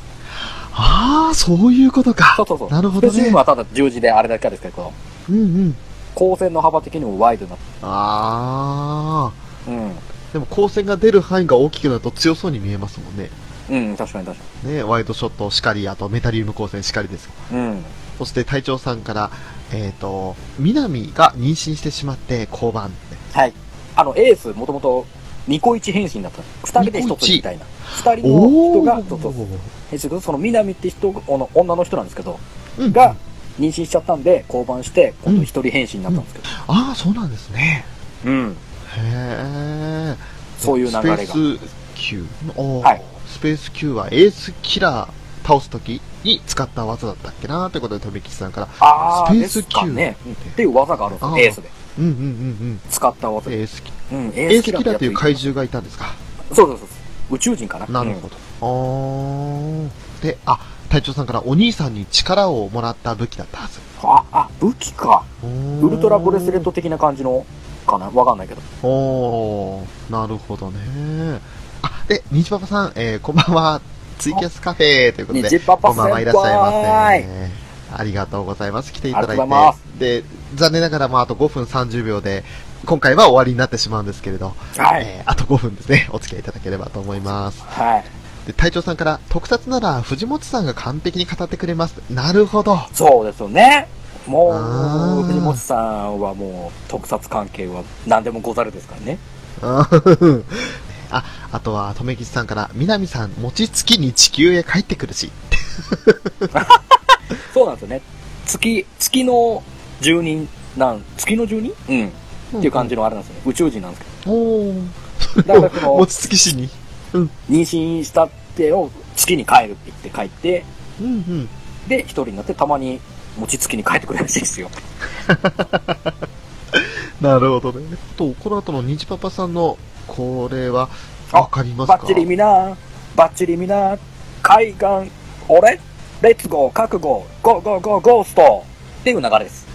Speaker 1: ああ、そういうことか。
Speaker 2: そうそうそう。
Speaker 1: なるほど
Speaker 2: スペシウム
Speaker 1: ね。
Speaker 2: はただ十字であれだけですけど、
Speaker 1: うんうん。
Speaker 2: 光線の幅的にもワイドになっ
Speaker 1: ああ。
Speaker 2: うん。
Speaker 1: でも光線が出る範囲が大きくなると強そうに見えますもんね。
Speaker 2: うん、確かに確か
Speaker 1: ね、ワイドショットしかり、あとメタリウム光線しかりです。
Speaker 2: に。うん。
Speaker 1: そして隊長さんから、えっ、と、南が妊娠してしまって降板って。
Speaker 2: はい。あの、エース、もともと、ニコイチ変身だった。二人で一つみたいな。二人の人が、そうそう
Speaker 1: ー
Speaker 2: 変身するその、南って人が、あの女の人なんですけど、
Speaker 1: うん、
Speaker 2: が、妊娠しちゃったんで、降板して、今
Speaker 1: うん
Speaker 2: 度一人変身になったんですけど。
Speaker 1: ああ、そうなんですね。
Speaker 2: うん。
Speaker 1: へえ。
Speaker 2: そういう流れ
Speaker 1: ス
Speaker 2: が
Speaker 1: ペース Q。おー
Speaker 2: はい
Speaker 1: スペース Q はエースキラー倒すときに使った技だったっけなということで、富吉さんから。
Speaker 2: あー、
Speaker 1: スペ
Speaker 2: で
Speaker 1: ース
Speaker 2: すか
Speaker 1: Q
Speaker 2: ね。うんっていう技があるんです
Speaker 1: あ
Speaker 2: よ、
Speaker 1: ー
Speaker 2: エースで。
Speaker 1: うんうんうん
Speaker 2: 使った技
Speaker 1: うん。。エースキ
Speaker 2: うん、エ
Speaker 1: エ
Speaker 2: ー
Speaker 1: ー
Speaker 2: スキ
Speaker 1: ス
Speaker 2: ラ
Speaker 1: キラ
Speaker 2: ーって
Speaker 1: ー
Speaker 2: や
Speaker 1: と
Speaker 2: つ
Speaker 1: いう怪獣がいたんですか。
Speaker 2: そうそうそうそう。宇宙人かな
Speaker 1: なるほど。あー。で、あ、隊長さんからお兄さんに力をもらった武器だったはず。
Speaker 2: うんあ、あ、武器か。ウ
Speaker 1: ウ
Speaker 2: ルトラブレスレッ。ト的な感じの、かなわかんないけど。
Speaker 1: おー、なるほどね。あ、で、ニジパパさん、えー、こんばんは。ツイキャスカフェということで。
Speaker 2: ニジパパ
Speaker 1: こんばんはいらっしゃいませ。ありがとうございます。来ていただ
Speaker 2: あ
Speaker 1: い
Speaker 2: りがとうございま
Speaker 1: て。で、残念ながらもうあと5分30秒で、今回は終わりになってしまうんですけれど、
Speaker 2: はい。
Speaker 1: えーあと5分ですね。お付き合いいただければと思います。
Speaker 2: はい。
Speaker 1: で、隊長さんから、特撮なら藤本さんが完璧に語ってくれます。なるほど。
Speaker 2: そうですよね。も
Speaker 1: あー
Speaker 2: う、藤本さんはもう、特撮関係は何でもござるですからね。
Speaker 1: あーあ、あとは、とめきちさんから、みなみさん、餅つきに地球へ帰ってくるし。
Speaker 2: そうなんですよね。月、月の住人なん、月の住人うん。っていう感じのあれなんですよね。宇宙人なんですけ
Speaker 1: おー
Speaker 2: ど。だからその、
Speaker 1: 餅つきしに。
Speaker 2: 妊娠したってを月に帰るって言って帰って、
Speaker 1: うんうん。
Speaker 2: で、一人になってたまに餅つきに帰ってくれるらしいですよ。
Speaker 1: なるほどね。と、この後のにじパパさんの、これは、わかりますか
Speaker 2: バッチリ見な、バッチリ見な、海岸、俺、レッツゴー、覚悟、ゴーゴーゴーゴーストっていう流れです。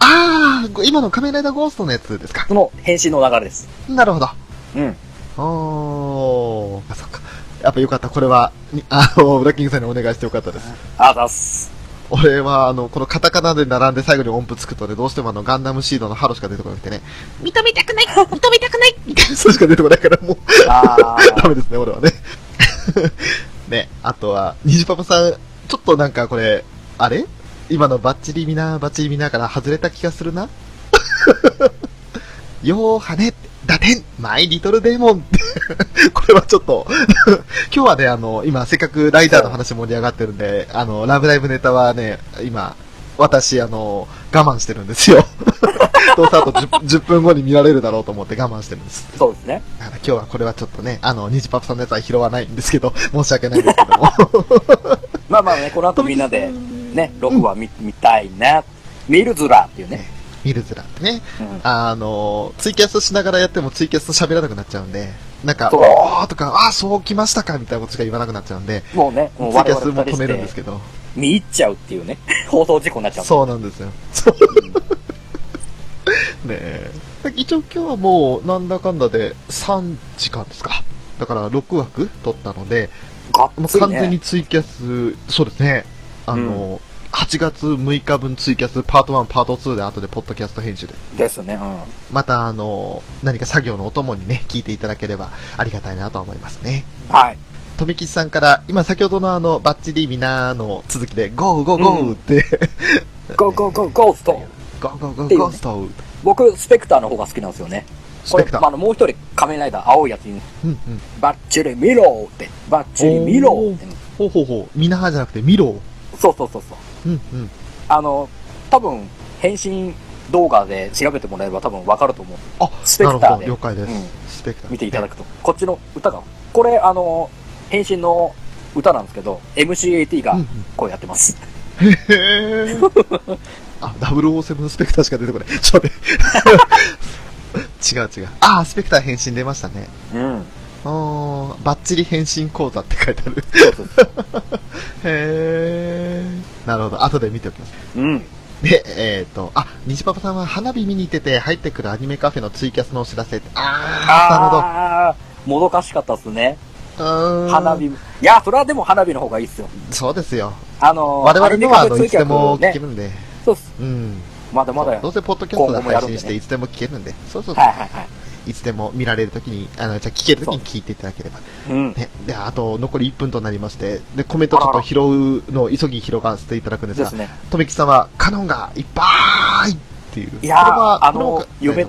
Speaker 1: あー、今の仮面ライダーゴーストのやつですか。
Speaker 2: その変身の流れです。
Speaker 1: なるほど。
Speaker 2: うん。
Speaker 1: おー、あ、そっか。やっぱよかった。これは、にあの、ブラッキングさんにお願いしてよかったです。
Speaker 2: あざっす。
Speaker 1: 俺は、あの、このカタカナで並んで最後に音符つくとね、どうしてもあの、ガンダムシードのハロしか出てこなくてね、認めたくない認めたくないみたい な、それしか出てこないから、もう、
Speaker 2: あ ー
Speaker 1: ダメですね、俺はね。ね、あとは、ニジパパさん、ちょっとなんかこれ、あれ今のバッチリ見な、バッチリ見なから外れた気がするな。 よーはね、打点マイリトルデーモン これはちょっと、 今日はね、あの、今、せっかくライダーの話盛り上がってるんで、あの、ラブライブネタはね、今、私、あの、我慢してるんですよ。 どうせあと 10, 10分後に見られるだろうと思って我慢してるんです。
Speaker 2: そうですね。
Speaker 1: だから今日はこれはちょっとね、あの、ニジパパさんのやつは拾わないんですけど、 申し訳ないんですけども。
Speaker 2: まあまあね、この後みんなで、ね、6話見,、見たいな。見るずらっていうね。
Speaker 1: 見るずらってね、
Speaker 2: うん
Speaker 1: あの、ツイキャスしながらやってもツイキャス喋らなくなっちゃうんで、なんか、
Speaker 2: そう
Speaker 1: おーとか、ああ、そうきましたかみたいなことしか言わなくなっちゃうんで、
Speaker 2: もうね、
Speaker 1: ツ
Speaker 2: も
Speaker 1: イ
Speaker 2: う
Speaker 1: キ
Speaker 2: 我
Speaker 1: ャス
Speaker 2: 々
Speaker 1: も
Speaker 2: 二
Speaker 1: 止
Speaker 2: 人
Speaker 1: め
Speaker 2: し
Speaker 1: るんです
Speaker 2: て
Speaker 1: けど、
Speaker 2: 見入っちゃうっていうね。放送事故になっちゃう。
Speaker 1: そうなんですよ。そう ねえ。一応今日はもう、なんだかんだで3時間ですか。だから6枠取ったので、
Speaker 2: がっ
Speaker 1: も
Speaker 2: つ
Speaker 1: う
Speaker 2: り
Speaker 1: 完
Speaker 2: ね
Speaker 1: 全にツイキャス、そうですね。あの、8月6日分ツイキャスパート1、パート2で後でポッドキャスト編集で。
Speaker 2: ですね。う
Speaker 1: また、あの、何か作業のお供にね、聞いていただければありがたいなとは思いますね。
Speaker 2: ん。はい。
Speaker 1: 富吉さんから、今先ほどのあの、バッチリみなの続きで、ゴーゴーゴーって、
Speaker 2: ゴーゴーゴーゴースト。
Speaker 1: ゴーゴーゴーゴースト、
Speaker 2: 僕、スペクターの方が好きなんですよね。
Speaker 1: ス
Speaker 2: こ
Speaker 1: ペ
Speaker 2: れ、
Speaker 1: クタ
Speaker 2: まあ
Speaker 1: ー。
Speaker 2: あの、もう一人仮面ライダー、青いやつに、
Speaker 1: うんうん。
Speaker 2: バッチリ見ろって、バッチリ見ろって。
Speaker 1: ほうほうほう。みなはじゃなくて、ミロ
Speaker 2: そうそうそうそう。
Speaker 1: うんうん。
Speaker 2: あの、多分、変身動画で調べてもらえれば多分わかると思う。
Speaker 1: あ、
Speaker 2: スペ
Speaker 1: な
Speaker 2: ク
Speaker 1: る
Speaker 2: タ
Speaker 1: ほ
Speaker 2: ー
Speaker 1: ど。
Speaker 2: で
Speaker 1: 了解です。
Speaker 2: うん
Speaker 1: スペクター。
Speaker 2: 見ていただくと。こっちの歌が、これ、あの、変身の歌なんですけど、MCAT が
Speaker 1: うんうん
Speaker 2: こうやってます。
Speaker 1: へーあ、007スペクターしか出て こない。ちょっと待って。違う違う。あー、スペクター変身出ましたね。
Speaker 2: うん。
Speaker 1: うーん、バッチリ変身講座って書いてある。
Speaker 2: そうそうそう。
Speaker 1: へー。なるほど。後で見ておきます。
Speaker 2: うん。
Speaker 1: で、えっ、ー、と、あ、虹パパさんは花火見に行ってて入ってくるアニメカフェのツイキャスのお知らせ。あー、なるほど。
Speaker 2: あーもどかしかったですね。
Speaker 1: うーん
Speaker 2: 花火。いや、それはでも花火の方がいいっすよ。
Speaker 1: そうですよ。
Speaker 2: あの、
Speaker 1: 我々のはあの
Speaker 2: アニメ
Speaker 1: いつでも
Speaker 2: カフェ
Speaker 1: 聞け
Speaker 2: 追加
Speaker 1: るんで。
Speaker 2: そうっす。
Speaker 1: うん。
Speaker 2: まだまだ。はい
Speaker 1: どうせポッドキャストで配信し
Speaker 2: 今後もやるんで
Speaker 1: て
Speaker 2: ね
Speaker 1: いつでも聞けるんで。そうそうそう。
Speaker 2: はいはい。
Speaker 1: いつでも見られるときに、あの、じゃあ聞けるときに聞いていただければ。
Speaker 2: うん。
Speaker 1: ね。で、あと残り1分となりまして、で、コメントちょっと拾うのを急ぎ拾わせていただくんです
Speaker 2: で
Speaker 1: が
Speaker 2: す、ね。
Speaker 1: とめきさんはカノンがいっぱいっていう。
Speaker 2: いや
Speaker 1: こ
Speaker 2: ー
Speaker 1: れは
Speaker 2: あの
Speaker 1: これは
Speaker 2: 夢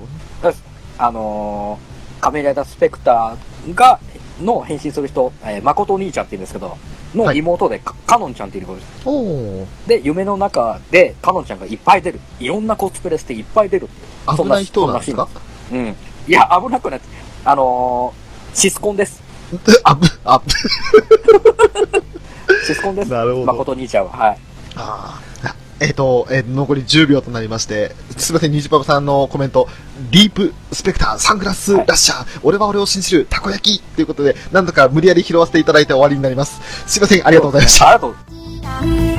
Speaker 2: あのー、仮面ライダースペクターが、の変身する人、えー、誠お兄ちゃんって言うんですけど、の
Speaker 1: はい
Speaker 2: 妹で、かカノンちゃんっていう子です。
Speaker 1: おお
Speaker 2: で、夢の中で、カノンちゃんがいっぱい出る。いろんなコスプレしていっぱい出る。
Speaker 1: ー、危ない人なんですか
Speaker 2: うん。いや、危なくない。あのー、シスコンです。
Speaker 1: あぶ、あぶ。
Speaker 2: シスコンです。
Speaker 1: なるほど
Speaker 2: 誠兄ちゃん は。はい。
Speaker 1: あーあえっ、と、えー残り10秒となりまして、すみません、ニジパパさんのコメント、ディープ、スペクター、サングラス、
Speaker 2: は
Speaker 1: ラ
Speaker 2: い
Speaker 1: ッシャー、俺は俺を信じる、たこ焼きということで、なんとか無理やり拾わせていただいて終わりになります。すみません、ありがとうございました。
Speaker 2: ありがとう。
Speaker 3: 「未来